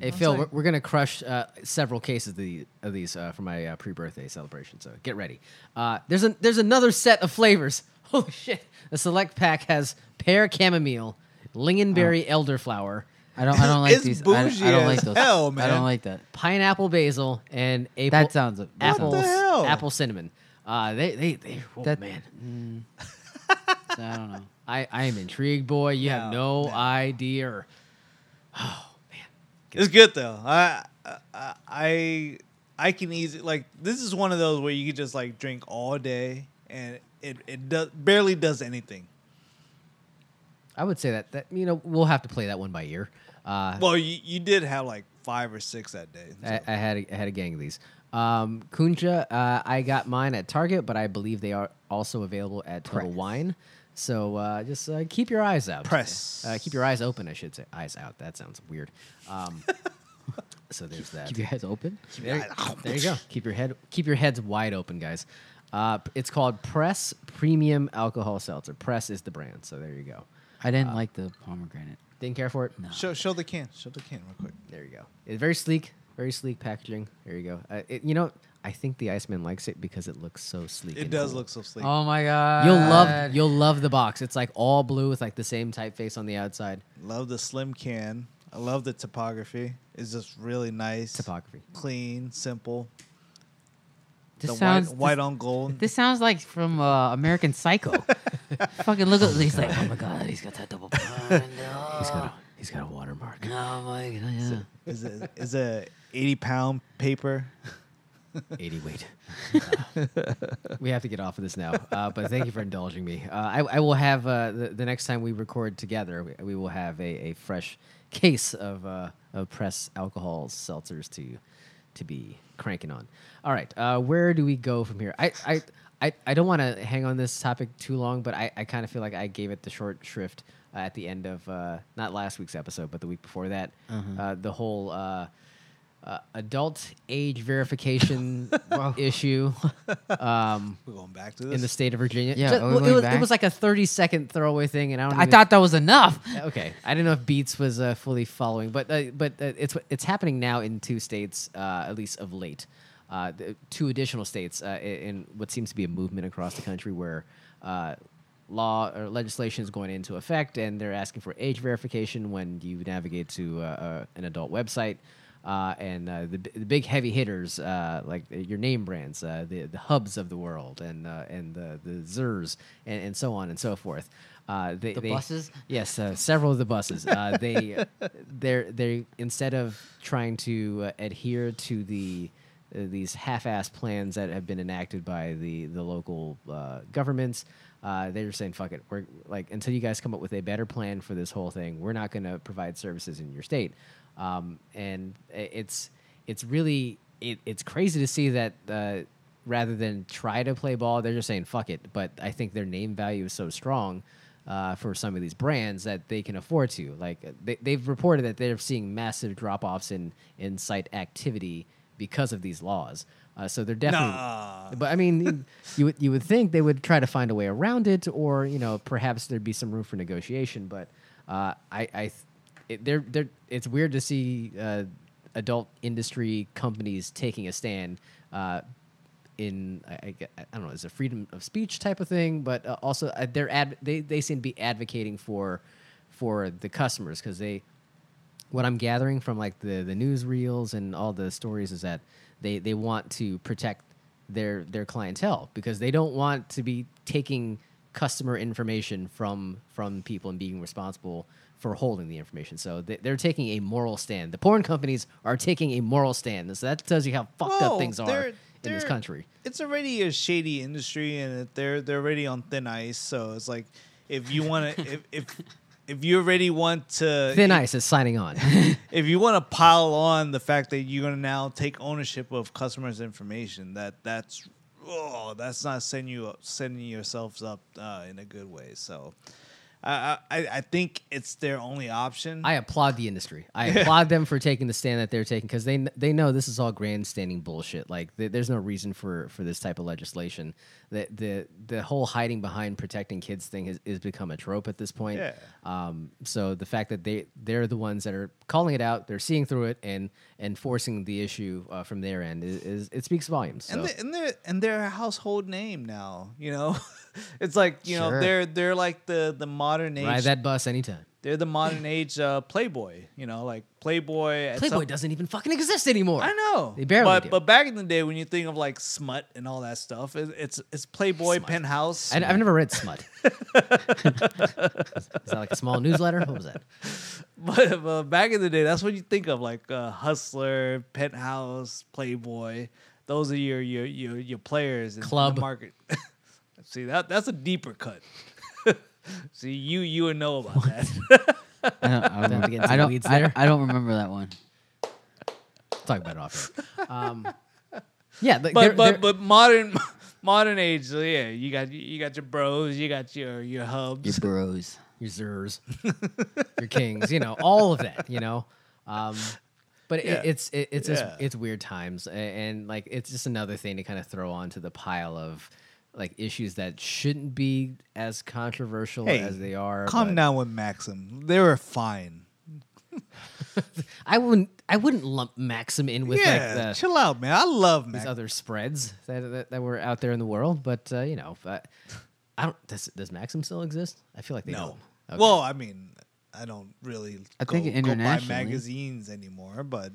Speaker 2: Hey Phil, we're, we're gonna crush uh, several cases of, the, of these uh, for my uh, pre-birthday celebration. So get ready. Uh, there's an there's another set of flavors. <laughs> Holy shit! The select pack has pear chamomile, lingonberry
Speaker 1: Oh.
Speaker 2: elderflower,
Speaker 1: I don't. I
Speaker 3: <laughs>
Speaker 1: don't like
Speaker 3: It's
Speaker 1: these. I,
Speaker 3: bougie
Speaker 1: I don't
Speaker 3: as
Speaker 1: like those.
Speaker 3: hell,
Speaker 1: I
Speaker 3: man.
Speaker 1: don't like that.
Speaker 2: pineapple basil, and apple.
Speaker 1: That sounds- that
Speaker 2: apple
Speaker 1: sounds- What
Speaker 3: the hell?
Speaker 2: apple cinnamon. Uh, they they they. Oh
Speaker 1: That-
Speaker 2: man,
Speaker 1: <laughs> I don't know.
Speaker 2: I I am intrigued, boy. You have no idea.
Speaker 3: It's good though. I I I, I can easily like this is one of those where you could just like drink all day and it it does barely does anything.
Speaker 2: I would say that that you know we'll have to play that one by ear. Uh,
Speaker 3: Well, you, you did have like five or six that day. so-
Speaker 2: I, I had a, I had a gang of these. Um, Kuncha, uh, I got mine at Target, but I believe they are also available at Total
Speaker 1: Press.
Speaker 2: Wine. So uh, just uh, keep your eyes out.
Speaker 3: Press.
Speaker 2: Uh, keep your eyes open, I should say. Eyes out. That sounds weird. Um, <laughs> so there's that.
Speaker 1: Keep your eyes open.
Speaker 2: There, there you go. Keep your head keep your heads wide open, guys. Uh, p- it's called Press Premium Alcohol Seltzer. Press is the brand. So there you go.
Speaker 1: I didn't like the pomegranate.
Speaker 2: Didn't care for it. No.
Speaker 3: show show the can. Show the can real quick.
Speaker 2: There you go. It's very sleek, very sleek packaging. There you go. Uh, it, you know, I think the Iceman likes it because it looks so sleek.
Speaker 3: It
Speaker 2: and
Speaker 3: does
Speaker 2: cool.
Speaker 3: look so sleek.
Speaker 1: Oh my god.
Speaker 2: You'll love you'll love the box. It's like all blue with like the same typeface on the outside.
Speaker 3: Love the slim can. I love the topography. It's just really nice.
Speaker 2: Typography.
Speaker 3: Clean, simple.
Speaker 1: This
Speaker 3: the
Speaker 1: sounds
Speaker 3: white, white
Speaker 1: this,
Speaker 3: on gold.
Speaker 1: this sounds like from uh, American <laughs> Psycho. Fucking look at he's like, oh my god, he's got that double blind. <laughs>
Speaker 2: He's got a, he's got a watermark.
Speaker 1: Oh my god, yeah.
Speaker 3: is a is a eighty pound paper. <laughs>
Speaker 2: 80 weight. <laughs> we have to get off of this now, uh, but thank you for indulging me. Uh, I, I will have uh, the, the next time we record together, we, we will have a, a fresh case of, uh, of press alcohol seltzers to to be cranking on. All right, uh, where do we go from here? I I, I, I don't want to hang on this topic too long, but I, I kind of feel like I gave it the short shrift uh, at the end of uh, not last week's episode, but the week before that. Uh, the whole. Uh, uh, adult age
Speaker 1: <laughs>
Speaker 2: verification issue
Speaker 3: We're going back to
Speaker 2: in the
Speaker 3: this.
Speaker 2: state of Virginia.
Speaker 1: Yeah,
Speaker 2: Just-
Speaker 1: are we
Speaker 2: well, it,
Speaker 1: going
Speaker 2: was, it
Speaker 1: back?
Speaker 2: was like a 30 second throwaway thing, and I don't.
Speaker 1: I
Speaker 2: even-
Speaker 1: thought that was enough.
Speaker 2: okay, I didn't know if Beats was uh, fully following, but uh, but uh, it's it's happening now in two states, uh, at least of late, uh, the- two additional states uh, i- in what seems to be a movement across the country where. Uh, Law or legislation is going into effect, and they're asking for age verification when you navigate to uh, uh, an adult website. Uh, and uh, the, b- the big heavy hitters, uh, like uh, your name brands, uh, the, the hubs of the world, and uh, and the, the Zers, and, and so on and so forth. Uh, they,
Speaker 1: The
Speaker 2: they-
Speaker 1: buses?
Speaker 2: Yes, uh, several of the buses. Uh, they, <laughs> they're they instead of trying to uh, adhere to the uh, these half-ass plans that have been enacted by the the local uh, governments, uh, they're saying, "Fuck it, we're like until you guys come up with a better plan for this whole thing, we're not going to provide services in your state." Um, and i- it's it's really it, it's crazy to see that. Uh, Rather than try to play ball, they're just saying "fuck it." But I think their name value is so strong uh, for some of these brands that they can afford to. Like uh, they, they've reported that they're seeing massive drop offs in in site activity because of these laws. Uh, so they're definitely.
Speaker 3: Nah.
Speaker 2: But I mean, you would you would think they would try to find a way around it, or you know, perhaps there'd be some room for negotiation. But uh, I, I, it, they're, they're, it's weird to see uh, adult industry companies taking a stand. Uh, in I, I, gue- I don't know, is a freedom of speech type of thing, but uh, also uh, they're ad, they they seem to be advocating for for the customers because they what I'm gathering from like the the news reels and all the stories is that They they want to protect their their clientele because they don't want to be taking customer information from from people and being responsible for holding the information. So they, they're taking a moral stand. The porn companies are taking a moral stand. So that tells you how fucked
Speaker 3: No,
Speaker 2: up things are
Speaker 3: they're-
Speaker 2: in this
Speaker 3: they're-
Speaker 2: country.
Speaker 3: It's already a shady industry, and it- they're they're already on thin ice. So it's like if you want to, if, if if you already want to
Speaker 2: Thin Ice is signing on. <laughs>
Speaker 3: if you want to pile on the fact that you're gonna now take ownership of customers' information, that that's oh, that's not sending you up, sending yourselves up uh, in a good way. So, I, I I think it's their only option.
Speaker 2: I applaud the industry. I applaud them for taking the stand that they're taking because they kn- they know this is all grandstanding bullshit. Like th- there's no reason for for this type of legislation. The the the whole hiding behind protecting kids thing has, has become a trope at this point.
Speaker 3: Yeah.
Speaker 2: Um, so the fact that they they're the ones that are calling it out, they're seeing through it, and and forcing the issue uh, from their end is, is it speaks volumes. So.
Speaker 3: and they, and they're and they're a household name now. You know, <laughs> it's like you know
Speaker 1: Sure.
Speaker 3: they're they're like the the modern age.
Speaker 2: Ride that bus anytime.
Speaker 3: they're the modern age uh, Playboy. You know, like Playboy. at
Speaker 2: Playboy
Speaker 3: some-
Speaker 2: doesn't even fucking exist anymore.
Speaker 3: I know.
Speaker 2: They barely
Speaker 3: but,
Speaker 2: do.
Speaker 3: but back in the day, when you think of like smut and all that stuff, it, it's it's Playboy, Penthouse.
Speaker 2: I, I've never read Smut. <laughs> is that like a small newsletter? What was that?
Speaker 3: <laughs> But, but back in the day, that's what you think of like uh, Hustler, Penthouse, Playboy. Those are your your your, your players in in
Speaker 2: Club.
Speaker 3: the market. <laughs> See that that's a deeper cut. <laughs> See you you would know about that.
Speaker 1: I don't, I
Speaker 2: Don't have to
Speaker 1: don't,
Speaker 2: get into
Speaker 1: I
Speaker 2: the
Speaker 1: don't,
Speaker 2: weeds
Speaker 1: I
Speaker 2: there.
Speaker 1: don't, I don't remember that
Speaker 2: <laughs>
Speaker 1: one.
Speaker 2: talk about it off air. Um, yeah, like,
Speaker 3: <laughs> But
Speaker 2: they're-
Speaker 3: but
Speaker 2: they're-
Speaker 3: but modern <laughs> modern age, so yeah, you got you got your bros, you got your your hubs.
Speaker 1: Your bros.
Speaker 2: your Zers, your Kings, you know, all of that, you know. Um, but it,
Speaker 3: Yeah.
Speaker 2: it's it, it's just-
Speaker 3: Yeah.
Speaker 2: it's weird times, a- and, like it's just another thing to kind of throw onto the pile of like issues that shouldn't be as controversial
Speaker 3: Hey,
Speaker 2: as they are. but-
Speaker 3: down with Maxim. They were fine.
Speaker 2: I wouldn't I wouldn't lump Maxim in with
Speaker 3: yeah,
Speaker 2: like the,
Speaker 3: chill out, man. I love
Speaker 2: these
Speaker 3: Maxim.
Speaker 2: other spreads that, that that were out there in the world, but uh, you know, but I don't. Does, does Maxim still exist? I feel like they
Speaker 3: No.
Speaker 2: don't. Okay.
Speaker 3: Well, I mean, I don't really
Speaker 1: I
Speaker 3: go,
Speaker 1: think
Speaker 3: go buy
Speaker 1: internationally-
Speaker 3: magazines anymore, but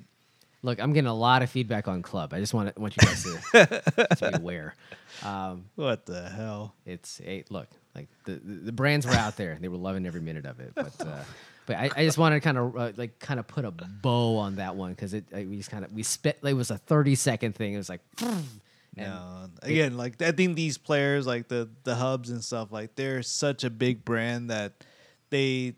Speaker 2: Look, I'm getting a lot of feedback on Club. I just want to, want you guys to,
Speaker 3: <laughs>
Speaker 2: to be aware. Um,
Speaker 3: what the hell?
Speaker 2: it's a look like the, the the brands were out there. They were loving every minute of it, but. Uh, But I, I just want to kind of uh, like kind of put a bow on that one because it I, we just kind of we spit it was a thirty second thing it was like <sniffs> and
Speaker 3: No. Again, like I think these players, like the the hubs and stuff, like they're such a big brand that they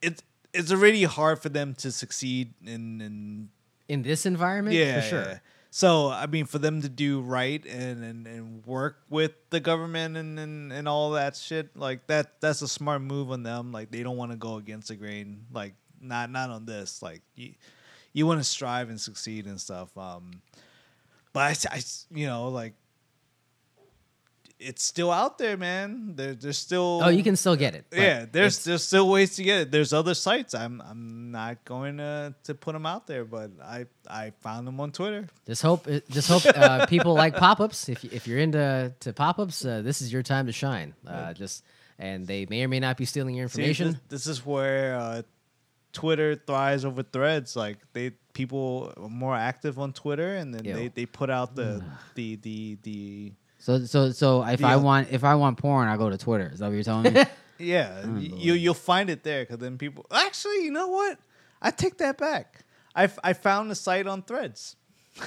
Speaker 3: it's it's already hard for them to succeed in in
Speaker 2: in this environment
Speaker 3: yeah
Speaker 2: for sure
Speaker 3: yeah. So I mean, for them to do right and, and, and work with the government and, and, and all that shit, like that that's a smart move on them. Like they don't want to go against the grain. Like not not on this. Like you you want to strive and succeed and stuff. Um, but I s- I, s- you know like it's still out there, man. There, there's still
Speaker 2: oh you can still get it but
Speaker 3: yeah, there's there's still ways to get it. There's other sites. I'm I'm not going to to put them out there, but I I found them on Twitter.
Speaker 2: Just hope, just hope uh, people like pop-ups. If if you're into to pop-ups, uh, this is your time to shine. Uh, just and they may or may not be stealing your
Speaker 3: See, this,
Speaker 2: information.
Speaker 3: this is where uh, Twitter thrives over threads. Like they people are more active on Twitter, and then
Speaker 2: Ew.
Speaker 3: they, they put out the the the the
Speaker 1: So so so if I
Speaker 3: Deal.
Speaker 1: want if I want porn, I go to Twitter. Is that what you're telling me?
Speaker 3: yeah. y- You you'll find it there because then people actually you know what I take that back. I, f- I found the site on Threads.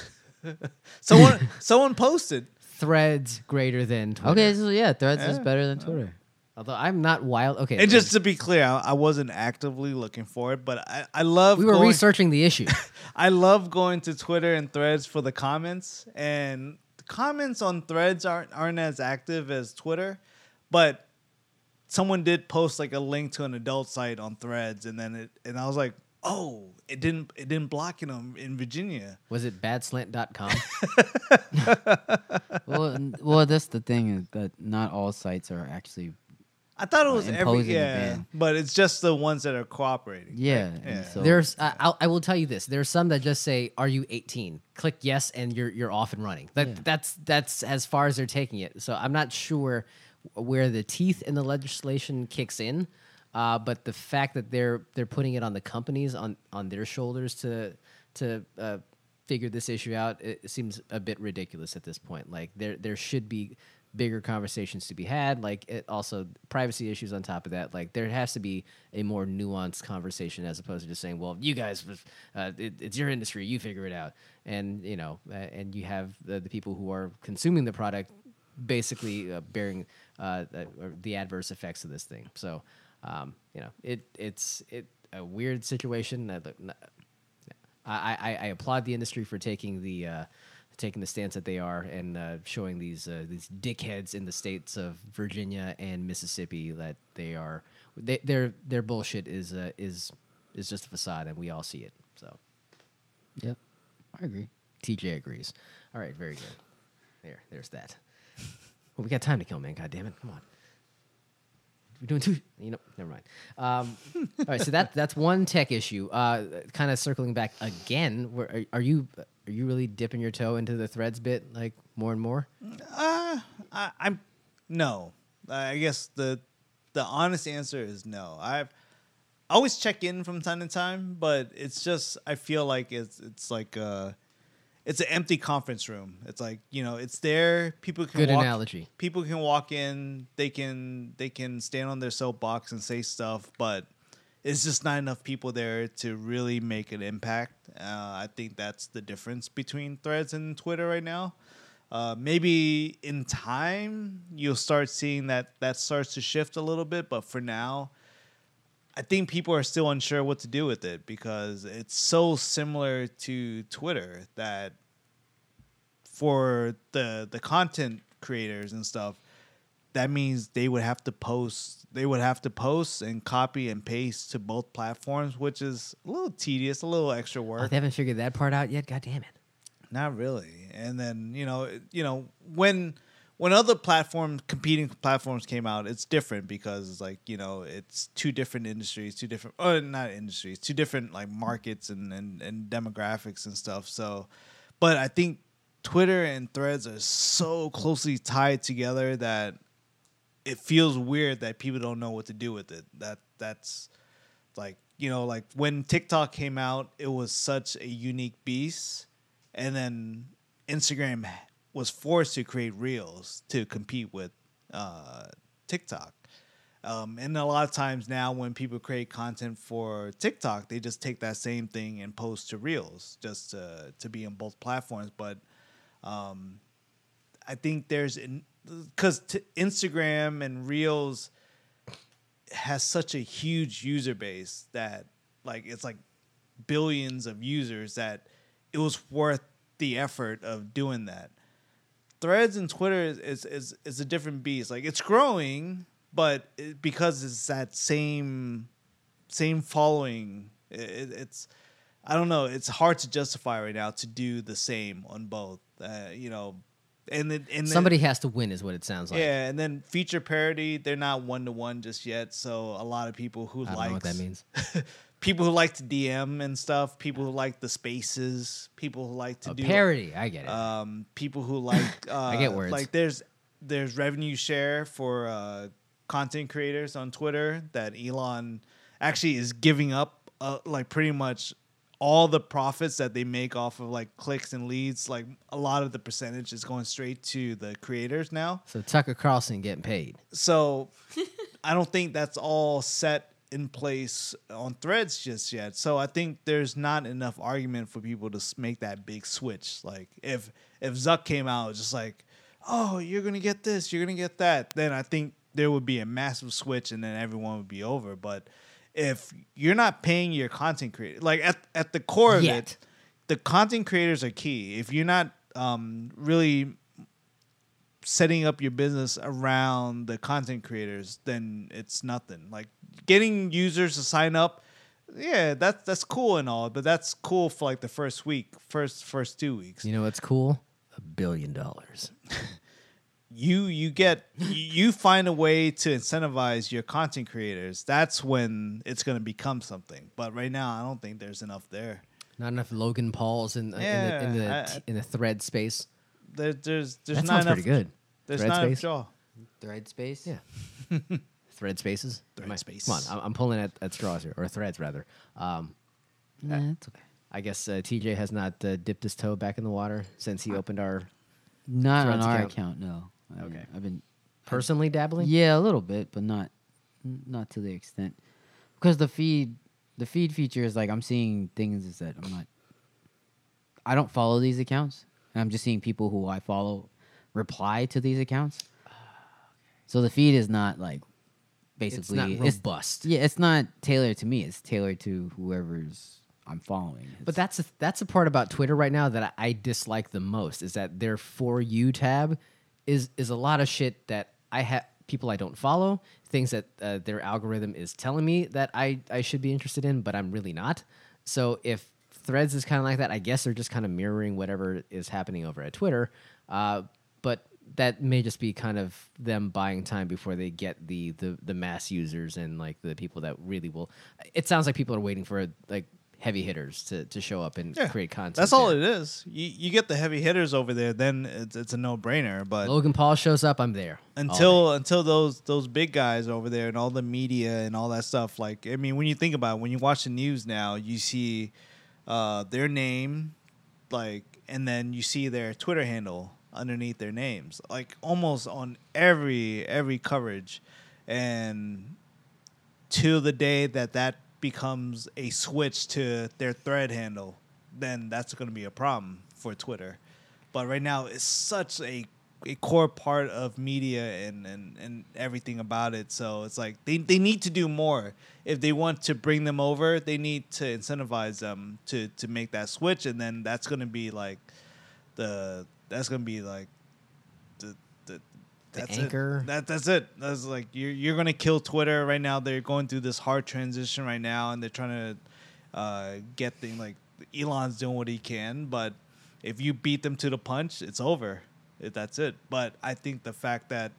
Speaker 3: <laughs>
Speaker 2: <laughs>
Speaker 3: someone someone posted.
Speaker 2: Threads greater than Twitter.
Speaker 1: okay, so <laughs> yeah, Threads is
Speaker 3: Yeah.
Speaker 1: better than Twitter.
Speaker 2: Although I'm not wild. Okay.
Speaker 3: And just to be clear, I, I wasn't actively looking for it, but I, I love
Speaker 2: we were
Speaker 3: going-
Speaker 2: researching the
Speaker 3: <laughs>
Speaker 2: issue.
Speaker 3: I love going to Twitter and Threads for the comments, and the comments on Threads aren't aren't as active as Twitter, but someone did post like a link to an adult site on Threads, and then it and I was like, oh, it didn't it didn't block it on, in Virginia.
Speaker 2: Was it badslant.com?
Speaker 1: <laughs>
Speaker 3: <laughs>
Speaker 1: well, n- well, that's the thing is that not all sites are actually
Speaker 3: I thought it was every
Speaker 1: imposing a
Speaker 3: yeah,
Speaker 1: ban.
Speaker 3: but it's just the ones that are cooperating.
Speaker 1: yeah. and
Speaker 3: Yeah.
Speaker 1: So,
Speaker 2: There's I I'll, I will tell you this. There's some that just say, "Are you 18?" Click yes, and you're you're off and running. That
Speaker 1: Yeah.
Speaker 2: that's that's as far as they're taking it. So I'm not sure where the teeth in the legislation kicks in, uh, but the fact that they're they're putting it on the companies on on their shoulders to to uh, figured this issue out, it seems a bit ridiculous at this point. Like there there should be bigger conversations to be had. Like it also privacy issues on top of that. Like there has to be a more nuanced conversation as opposed to just saying, "Well, you guys, uh, it, it's your industry, you figure it out." And you know, uh, and you have the, the people who are consuming the product basically uh, bearing uh, uh, or the adverse effects of this thing. So, um, you know, it it's it a weird situation. I, I, I- I applaud the industry for taking the uh, taking the stance that they are and uh, showing these uh, these dickheads in the states of Virginia and Mississippi that they are they, their their bullshit is uh, is is just a facade and we all see it. So
Speaker 1: Yep. I agree.
Speaker 2: TJ agrees. All right, very good. There, there's that. Well, we got time to kill, man. God damn it, come on. We're doing two. You know, never mind. Um, all right, so that that's one tech issue. Uh, kind of circling back again. Where are, are you? Are you really dipping your toe into the threads bit like more and more?
Speaker 3: I, I'm no. I guess the the honest answer is no. I've I always check in from time to time, but it's just I feel like it's it's like uh, a it's an empty conference room. It's like you know, it's there. People can
Speaker 2: Good
Speaker 3: walk,
Speaker 2: analogy.
Speaker 3: People can walk in. They can they can stand on their soapbox and say stuff, but it's just not enough people there to really make an impact. Uh, I think that's the difference between Threads and Twitter right now. Uh, maybe in time you'll start seeing that that starts to shift a little bit, but for now, I think people are still unsure what to do with it because it's so similar to Twitter that for the the content creators and stuff, that means they would have to post they would have to post and copy and paste to both platforms, which is a little tedious, a little extra
Speaker 2: Oh,
Speaker 3: work.
Speaker 2: they haven't figured that part out yet. God damn it.
Speaker 3: Not really. And then you know, it- you know when when other platforms competing platforms came out, it's different because it's like you know it's two different industries, two different or not industries, two different like markets and and, and demographics and stuff. So, but I think Twitter and Threads are so closely tied together that it feels weird that people don't know what to do with it. That that's like you know like when TikTok came out, it was such a unique beast, and then Instagram was forced to create Reels to compete with uh, TikTok. Um, and a lot of times now, when people create content for TikTok, they just take that same thing and post to Reels just to to be on both platforms. But I think there's because t- Instagram and Reels has such a huge user base that like it's like billions of users that it was worth the effort of doing that. Threads and Twitter is is is, is a different beast. Like it's growing, but it, because it's that same same following, i it, it's I don't know. It's hard to justify right now to do the same on both. Uh, you know, and it, and it-
Speaker 2: Somebody has to win, is what it sounds like.
Speaker 3: yeah, and then feature parity, they're not one to one just yet. So a lot of people who
Speaker 2: I don't
Speaker 3: like
Speaker 2: know what that means.
Speaker 3: people who like to DM and stuff, people who like the spaces, people who like to
Speaker 2: A
Speaker 3: do
Speaker 2: parody. I get it.
Speaker 3: um people
Speaker 2: <laughs>
Speaker 3: who like uh
Speaker 2: get words.
Speaker 3: like there's there's revenue share for uh content creators on Twitter that Elon actually is giving up uh, like pretty much all the profits that they make off of like clicks and leads like a lot of the percentage is going straight to the creators now
Speaker 2: so Tucker Carlson getting paid.
Speaker 3: so I don't think that's all set in place on threads just yet. So I think there's not enough argument for people to s- make that big switch. Like if if Zuck came out it's just like, "Oh, you're going to get this, you're going to get that." Then I think there would be a massive switch and then everyone would be over, but if you're not paying your content creator, like at at the core of
Speaker 2: Yet.
Speaker 3: it, the content creators are key. If you're not um, really setting up your business around the content creators, then it's nothing. Like getting users to sign up, yeah, that's that's cool and all, but that's cool for like the first week, first first two weeks.
Speaker 2: You know what's cool? A billion dollars.
Speaker 3: You you get you find a way to incentivize your content creators. That's when it's going to become something. But right now, I don't think there's enough there.
Speaker 2: Not enough Logan Pauls in, in the in the,
Speaker 3: Yeah, I-
Speaker 2: t- in the thread space.
Speaker 3: there there's there's
Speaker 2: That
Speaker 3: not
Speaker 2: sounds
Speaker 3: enough.
Speaker 2: pretty good.
Speaker 3: There's
Speaker 2: Thread
Speaker 3: not
Speaker 2: space?
Speaker 3: enough jaw.
Speaker 1: Thread space?
Speaker 2: Yeah. Thread spaces.
Speaker 3: Thread
Speaker 2: Am I-
Speaker 3: space.
Speaker 2: Come on, I'm, I'm pulling at, at straws here, or threads rather. Um,
Speaker 1: Nah, it's okay.
Speaker 2: I guess uh, TJ has not uh, dipped his toe back in the water since he opened our
Speaker 1: Not on
Speaker 2: Threads
Speaker 1: our
Speaker 2: account.
Speaker 1: account, no. I
Speaker 2: Okay.
Speaker 1: I've been
Speaker 2: personally dabbling.
Speaker 1: yeah, a little bit, but not n- not to the extent because the feed the feed feature is like I'm seeing things that I'm not. I don't follow these accounts, and I'm just seeing people who I follow reply to these accounts. So the feed is not like basically
Speaker 2: not robust.
Speaker 1: yeah, it's not tailored to me. It's tailored to whoever's I'm following. It's-
Speaker 2: But that's the that's the part about Twitter right now that I, I dislike the most is that their for you tab is is a lot of shit that I have people I don't follow, things that uh, their algorithm is telling me that I I should be interested in, but I'm really not. So if Threads is kind of like that, I guess they're just kind of mirroring whatever is happening over at Twitter. Uh, but that may just be kind of them buying time before they get the, the the mass users and like the people that really will. It sounds like people are waiting for like heavy hitters to, to show up and
Speaker 3: Yeah.
Speaker 2: create content.
Speaker 3: That's all
Speaker 2: there.
Speaker 3: it is. You, you get the heavy hitters over there, then it's, it's a no brainer. But
Speaker 2: Logan Paul shows up, I'm there. all day.
Speaker 3: until until those those big guys over there and all the media and all that stuff like i mean when you think about it, when you watch the news now you see uh, their name like and then you see their twitter handle underneath their names like almost on every every coverage and to the day that that becomes a switch to their thread handle, then that's going to be a problem for Twitter. But right now, it's such a, a core part of media and, and, and everything about it. So it's like they, they need to do more. If they want to bring them over, they need to incentivize them to, to make that switch. And then that's going to be like the, that's going to be like the, the, that's it.
Speaker 2: anchor.
Speaker 3: That that's it. That's like you're you're gonna kill Twitter right now. They're going through this hard transition right now, and they're trying to uh, get things like Elon's doing what he can. But if you beat them to the punch, it's over. It, that's it. But I think the fact that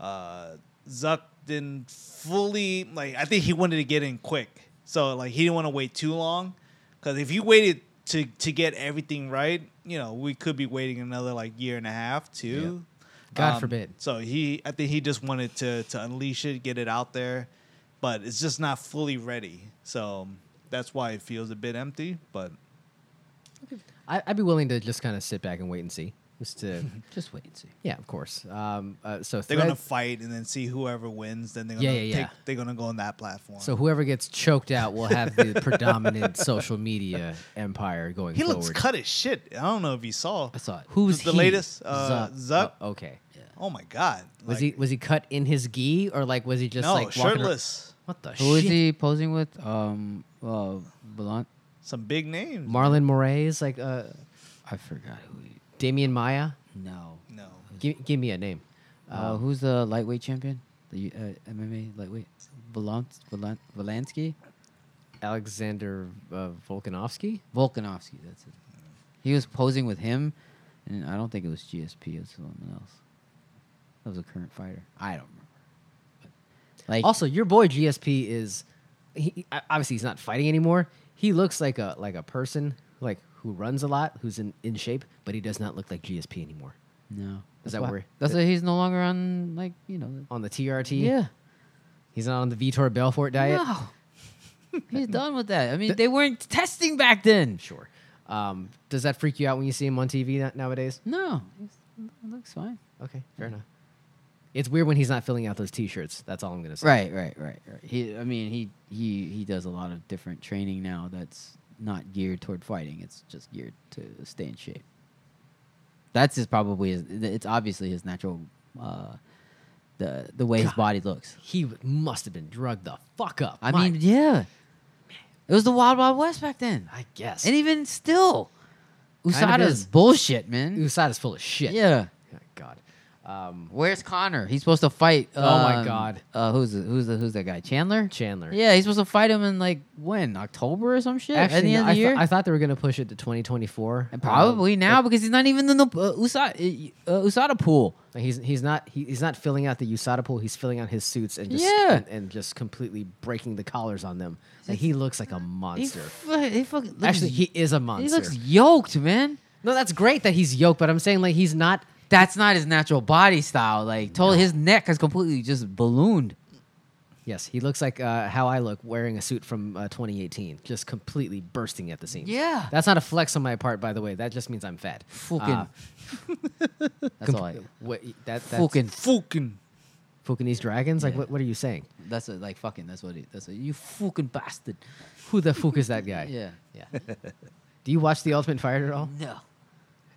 Speaker 3: uh, Zuck didn't fully like. I think he wanted to get in quick, so like he didn't want to wait too long. Because if you waited to to get everything right, you know we could be waiting another like year and a half, two. Um,
Speaker 2: God forbid.
Speaker 3: So he, I think he just wanted to to unleash it, get it out there, but it's just not fully ready. So that's why it feels a bit empty. But
Speaker 2: I, I'd be willing to just kind of sit back and wait and see. Just to,
Speaker 1: <laughs> just wait and see.
Speaker 2: yeah, of course. Um, uh, so
Speaker 3: they're gonna
Speaker 2: Threads-
Speaker 3: fight and then see whoever wins. Then they're gonna
Speaker 2: Yeah, yeah,
Speaker 3: take,
Speaker 2: yeah.
Speaker 3: they're gonna go on that platform.
Speaker 2: So whoever gets choked out will have
Speaker 3: <laughs>
Speaker 2: the predominant social media empire going
Speaker 3: he
Speaker 2: forward.
Speaker 3: looks cut as shit. I don't know if you saw.
Speaker 1: I saw it.
Speaker 2: Who's
Speaker 3: the
Speaker 2: he?
Speaker 3: latest uh, Zuck.
Speaker 2: Oh, okay.
Speaker 3: Oh my god,
Speaker 2: Was
Speaker 3: Like,
Speaker 2: he was he cut in his gi or like was he just
Speaker 3: no
Speaker 2: like walking ar-
Speaker 3: shirtless?
Speaker 2: What the
Speaker 1: Who is
Speaker 2: shit?
Speaker 1: he posing with? Um, uh, Blunt.
Speaker 3: Some big names.
Speaker 2: Marlon Moraes, like uh,
Speaker 1: I forgot who. He,
Speaker 2: Damian Maya.
Speaker 1: no.
Speaker 3: no,
Speaker 2: Gi- give me a name.
Speaker 1: Uh,
Speaker 2: Um,
Speaker 1: who's the lightweight champion? The uh, MMA lightweight, Volant, Volant, Volansky,
Speaker 2: Alexander uh, Volkanovsky.
Speaker 1: Volkanovski. That's it. He was posing with him, and I don't think it was GSP. It was someone else. That was a current fighter. I don't remember. But, like
Speaker 2: Also, your boy GSP is he, he- obviously he's not fighting anymore. He looks like a like a person like who runs a lot, who's in, in shape, but he does not look like GSP anymore.
Speaker 1: no. That's
Speaker 2: Is that
Speaker 1: why-
Speaker 2: where-
Speaker 1: That's why he's no longer on. Like you know.
Speaker 2: On the TRT,
Speaker 1: Yeah.
Speaker 2: he's not on the Vitor Belfort diet.
Speaker 1: No. <laughs> he's done with that. I mean, they weren't testing back then.
Speaker 2: Sure. Um, does that freak you out when you see him on TV no- nowadays?
Speaker 1: No, he's- it looks fine.
Speaker 2: Okay, fair enough. It's weird when he's not filling out those T-shirts. That's all I'm gonna say.
Speaker 1: Right, right, right, right. He, I mean, he he he does a lot of different training now that's not geared toward fighting. It's just geared to stay in shape. That's his probably his, it's obviously his natural uh the the way his body looks.
Speaker 2: He w- must have been drugged the fuck up.
Speaker 1: I
Speaker 2: My-
Speaker 1: mean, yeah. It was the Wild Wild West back then.
Speaker 2: I guess.
Speaker 1: And even still
Speaker 2: Kind of
Speaker 1: Usada's
Speaker 2: is.
Speaker 1: bullshit, man.
Speaker 2: Usada's full of shit.
Speaker 1: Yeah.
Speaker 2: Oh, God. Um,
Speaker 1: Where's Connor? He's supposed to fight.
Speaker 2: Oh my
Speaker 1: um,
Speaker 2: God.
Speaker 1: Uh, who's the, who's the, who's that guy? Chandler.
Speaker 2: Chandler.
Speaker 1: Yeah, he's supposed to fight him in like when October or some shit.
Speaker 2: Actually,
Speaker 1: at the
Speaker 2: no,
Speaker 1: end
Speaker 2: I,
Speaker 1: of the
Speaker 2: th-
Speaker 1: year.
Speaker 2: I thought they were gonna push it to 2024.
Speaker 1: and probably
Speaker 2: Um,
Speaker 1: now because he's not even in the uh, Usada, uh, Usada pool.
Speaker 2: but He's he's not he, he's not filling out the Usada pool. He's filling out his suits and just
Speaker 1: Yeah.
Speaker 2: and, and just completely breaking the collars on them. Like, he looks like a
Speaker 1: He's
Speaker 2: monster.
Speaker 1: fu- he fucking looks,
Speaker 2: Actually, he is a monster.
Speaker 1: he looks yoked, man.
Speaker 2: No, that's great that he's yoked, but I'm saying like he's not.
Speaker 1: That's not his natural body style. Like, totally, his neck has completely just ballooned.
Speaker 2: Yes, he looks like uh, how I look wearing a suit from uh, 2018, just completely bursting at the seams.
Speaker 1: Yeah.
Speaker 2: that's not a flex on my part, by the way. That just means I'm fat.
Speaker 1: Fucking. <laughs>
Speaker 2: Uh,
Speaker 1: that's all I.
Speaker 2: what, that that's,
Speaker 1: Fucking.
Speaker 3: Fucking.
Speaker 2: Fukinese dragons. Like,
Speaker 1: Yeah.
Speaker 2: what, what are you saying?
Speaker 1: That's a, like fucking. That's what it. That's a you fucking bastard.
Speaker 2: Who the fuck is that guy?
Speaker 1: <laughs> Yeah.
Speaker 2: yeah. Do you watch The Ultimate Fighter at all?
Speaker 1: No.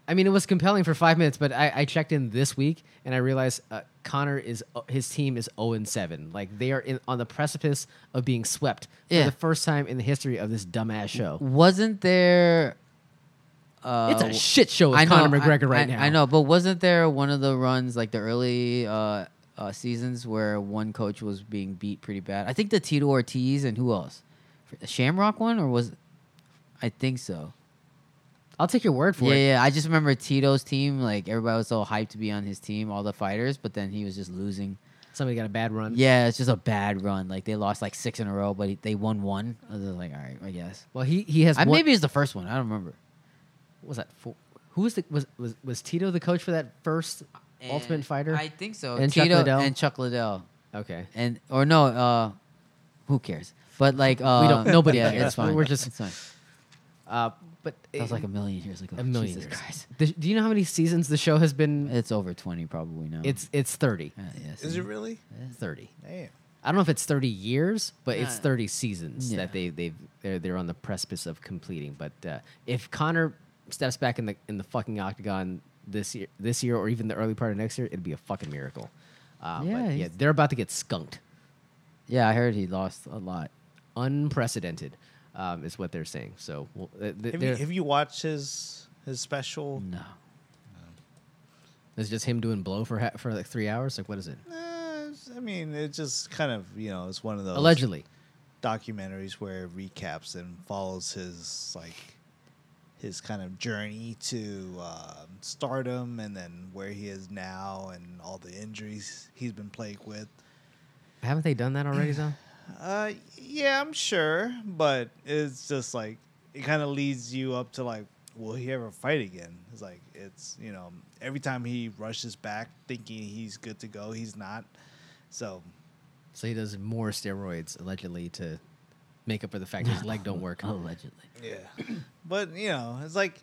Speaker 2: I mean, it was compelling for five minutes, but I, I checked in this week and I realized uh, Connor is his team is zero and seven. Like they are in, on the precipice of being swept
Speaker 1: Yeah.
Speaker 2: for the first time in the history of this dumbass show.
Speaker 1: Wasn't there? Uh,
Speaker 2: it's a shit show with Conor McGregor
Speaker 1: I-
Speaker 2: right
Speaker 1: I,
Speaker 2: now.
Speaker 1: I know, but wasn't there one of the runs like the early uh, uh, seasons where one coach was being beat pretty bad? I think the Tito Ortiz and who else? The Shamrock one or was? I think so.
Speaker 2: I'll take your word for
Speaker 1: yeah,
Speaker 2: it.
Speaker 1: yeah. I just remember Tito's team. Like everybody was so hyped to be on his team, all the fighters, but then he was just losing.
Speaker 2: Somebody got a bad run.
Speaker 1: Yeah, it's just a bad run. Like they lost like six in a row, but he, they won one. I was like, all right, I guess.
Speaker 2: Well, he he has
Speaker 1: I,
Speaker 2: one,
Speaker 1: maybe it's the first one. I don't remember.
Speaker 2: what was that for, who was the was, was was Tito the coach for that first Ultimate Fighter?
Speaker 1: Eh, I think so.
Speaker 2: And Chuck
Speaker 1: Tito
Speaker 2: Liddell?
Speaker 1: and Chuck Liddell.
Speaker 2: okay.
Speaker 1: and or no, uh, who cares? But like, uh,
Speaker 2: <laughs> We don't- nobody
Speaker 1: yeah,
Speaker 2: cares.
Speaker 1: It's fine.
Speaker 2: We're just-
Speaker 1: It's fine.
Speaker 2: Uh, but
Speaker 1: That was
Speaker 2: it-
Speaker 1: like a million years ago.
Speaker 2: a million
Speaker 1: Jesus
Speaker 2: years.
Speaker 1: Christ. Eh.
Speaker 2: The- do you know how many seasons the show has been?
Speaker 1: It's over twenty probably now.
Speaker 2: It's it's thirty.
Speaker 1: uh, yes.
Speaker 3: Is it really?
Speaker 2: It's thirty.
Speaker 3: Damn.
Speaker 2: I don't know if it's 30 years, but it's
Speaker 1: Nah.
Speaker 2: 30 seasons
Speaker 1: Yeah.
Speaker 2: that they they they're, they're on the precipice of completing. But uh, if Connor steps back in the in the fucking octagon this year this year or even the early part of next year, it'd be a fucking miracle. Uh,
Speaker 1: Yeah,
Speaker 2: but yeah,
Speaker 1: he's-
Speaker 2: they're about to get skunked.
Speaker 1: yeah, I heard he lost a lot.
Speaker 2: Unprecedented um, is what they're saying. So well, uh, th- th-
Speaker 3: Have you,
Speaker 2: they're-
Speaker 3: have you watched his his special?
Speaker 1: No,
Speaker 2: it's just him doing blow for ha- for like three hours. Like what is it?
Speaker 3: Eh, I mean, it just kind of you know, it's one of those
Speaker 2: Allegedly,
Speaker 3: documentaries where it recaps and follows his like his kind of journey to um stardom and then where he is now and all the injuries he's been plagued with.
Speaker 2: haven't they done that
Speaker 3: <sighs>
Speaker 2: already, though?
Speaker 3: Uh, yeah, I'm sure, but it's just like it kind of leads you up to like, will he ever fight again? It's like it's you know every time he rushes back thinking he's good to go, he's not. So
Speaker 2: So he does more steroids allegedly to make up for the
Speaker 1: <laughs>
Speaker 2: fact his leg don't work.
Speaker 1: allegedly.
Speaker 3: Yeah, <clears throat> but you know, it's like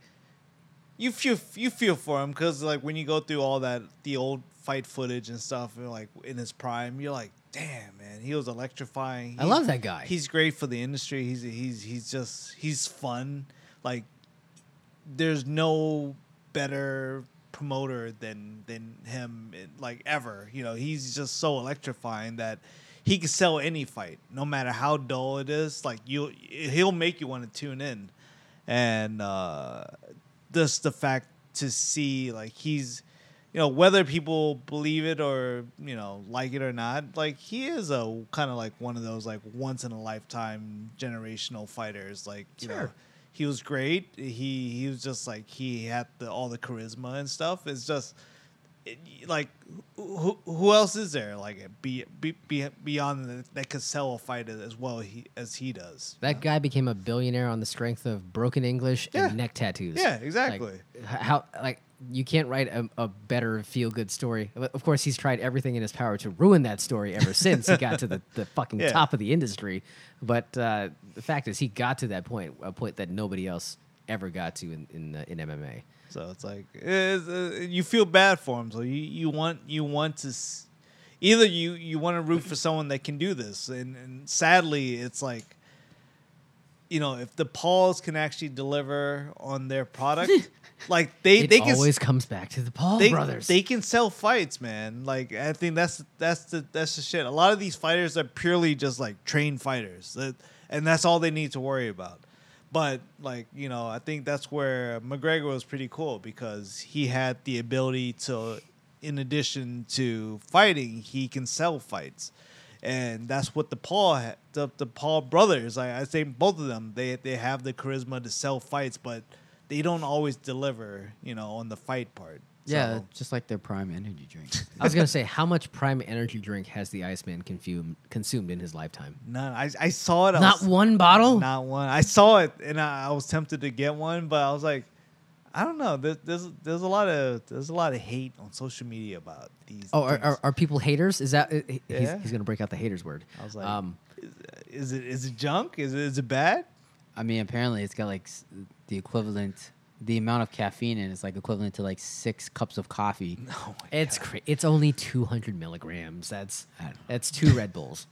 Speaker 3: you feel you feel for him because like when you go through all that the old fight footage and stuff, and like in his prime, you're like, damn man, he was electrifying.
Speaker 2: I love that guy.
Speaker 3: He's great for the industry. He's he's he's just he's fun. Like there's no better promoter than than him in- like ever you know he's just so electrifying that he can sell any fight no matter how dull it is like you he'll make you want to tune in and uh just the fact to see like he's you know whether people believe it or you know like it or not like he is a kind of like one of those like once in a lifetime generational fighters like you know
Speaker 2: Sure.
Speaker 3: he was great. He he was just like he had the, all the charisma and stuff. It's just it, like who, who else is there like be, be, be beyond the, that could sell a fight as well he, as he does.
Speaker 2: That guy became a billionaire on the strength of broken English
Speaker 3: Yeah.
Speaker 2: and neck tattoos.
Speaker 3: Yeah, exactly.
Speaker 2: Like, h- how like you can't write a, a better feel good story. But Of course, he's tried everything in his power to ruin that story ever since he got to the,
Speaker 3: <laughs>
Speaker 2: the fucking
Speaker 3: Yeah.
Speaker 2: top of the industry. But uh, the fact is, he got to that point, a point that nobody else ever got to in in, uh, in MMA.
Speaker 3: So it's like it's, uh, you feel bad for him. So you, you want you want to s- either you you want to root for someone that can do this, and, and sadly, it's like you know if the Pauls can actually deliver on
Speaker 2: <laughs>
Speaker 3: their product, like they
Speaker 2: It
Speaker 3: they can s-
Speaker 2: always comes back to the Paul
Speaker 3: they,
Speaker 2: brothers.
Speaker 3: They can sell fights, man. Like I think that's that's the that's the shit. A lot of these fighters are purely just like trained fighters, that, and that's all they need to worry about. But like you know, I think that's where McGregor was pretty cool because he had the ability to, in addition to fighting, he can sell fights, and that's what the Paul ha- the the Paul brothers. I, I think both of them they they have the charisma to sell fights, but. They don't always deliver, you know, on the fight part.
Speaker 1: Yeah,
Speaker 3: So-
Speaker 1: just like their prime energy drink. <laughs>
Speaker 2: I was gonna say, how much Prime Energy drink has the Iceman consumed consumed in his lifetime?
Speaker 3: None. I, I saw it. I
Speaker 2: Not
Speaker 3: was-
Speaker 2: one Oh. bottle?
Speaker 3: Not one. I saw it, and I, I was tempted to get one, but I was like, I don't know. There, there's there's a lot of there's a lot of hate on social media about these.
Speaker 2: Oh, are,
Speaker 3: things.
Speaker 2: are, are people haters? Is that he- he's,
Speaker 3: Yeah.
Speaker 2: he's gonna break out the haters word? Um,
Speaker 3: I was like, is, is it is it junk? Is it is it bad?
Speaker 1: I mean, apparently it's got like s- the equivalent, the amount of caffeine in it's like equivalent to like six cups of coffee.
Speaker 3: "Oh
Speaker 2: it's cra- it's only two hundred milligrams. That's that's two Red Bulls.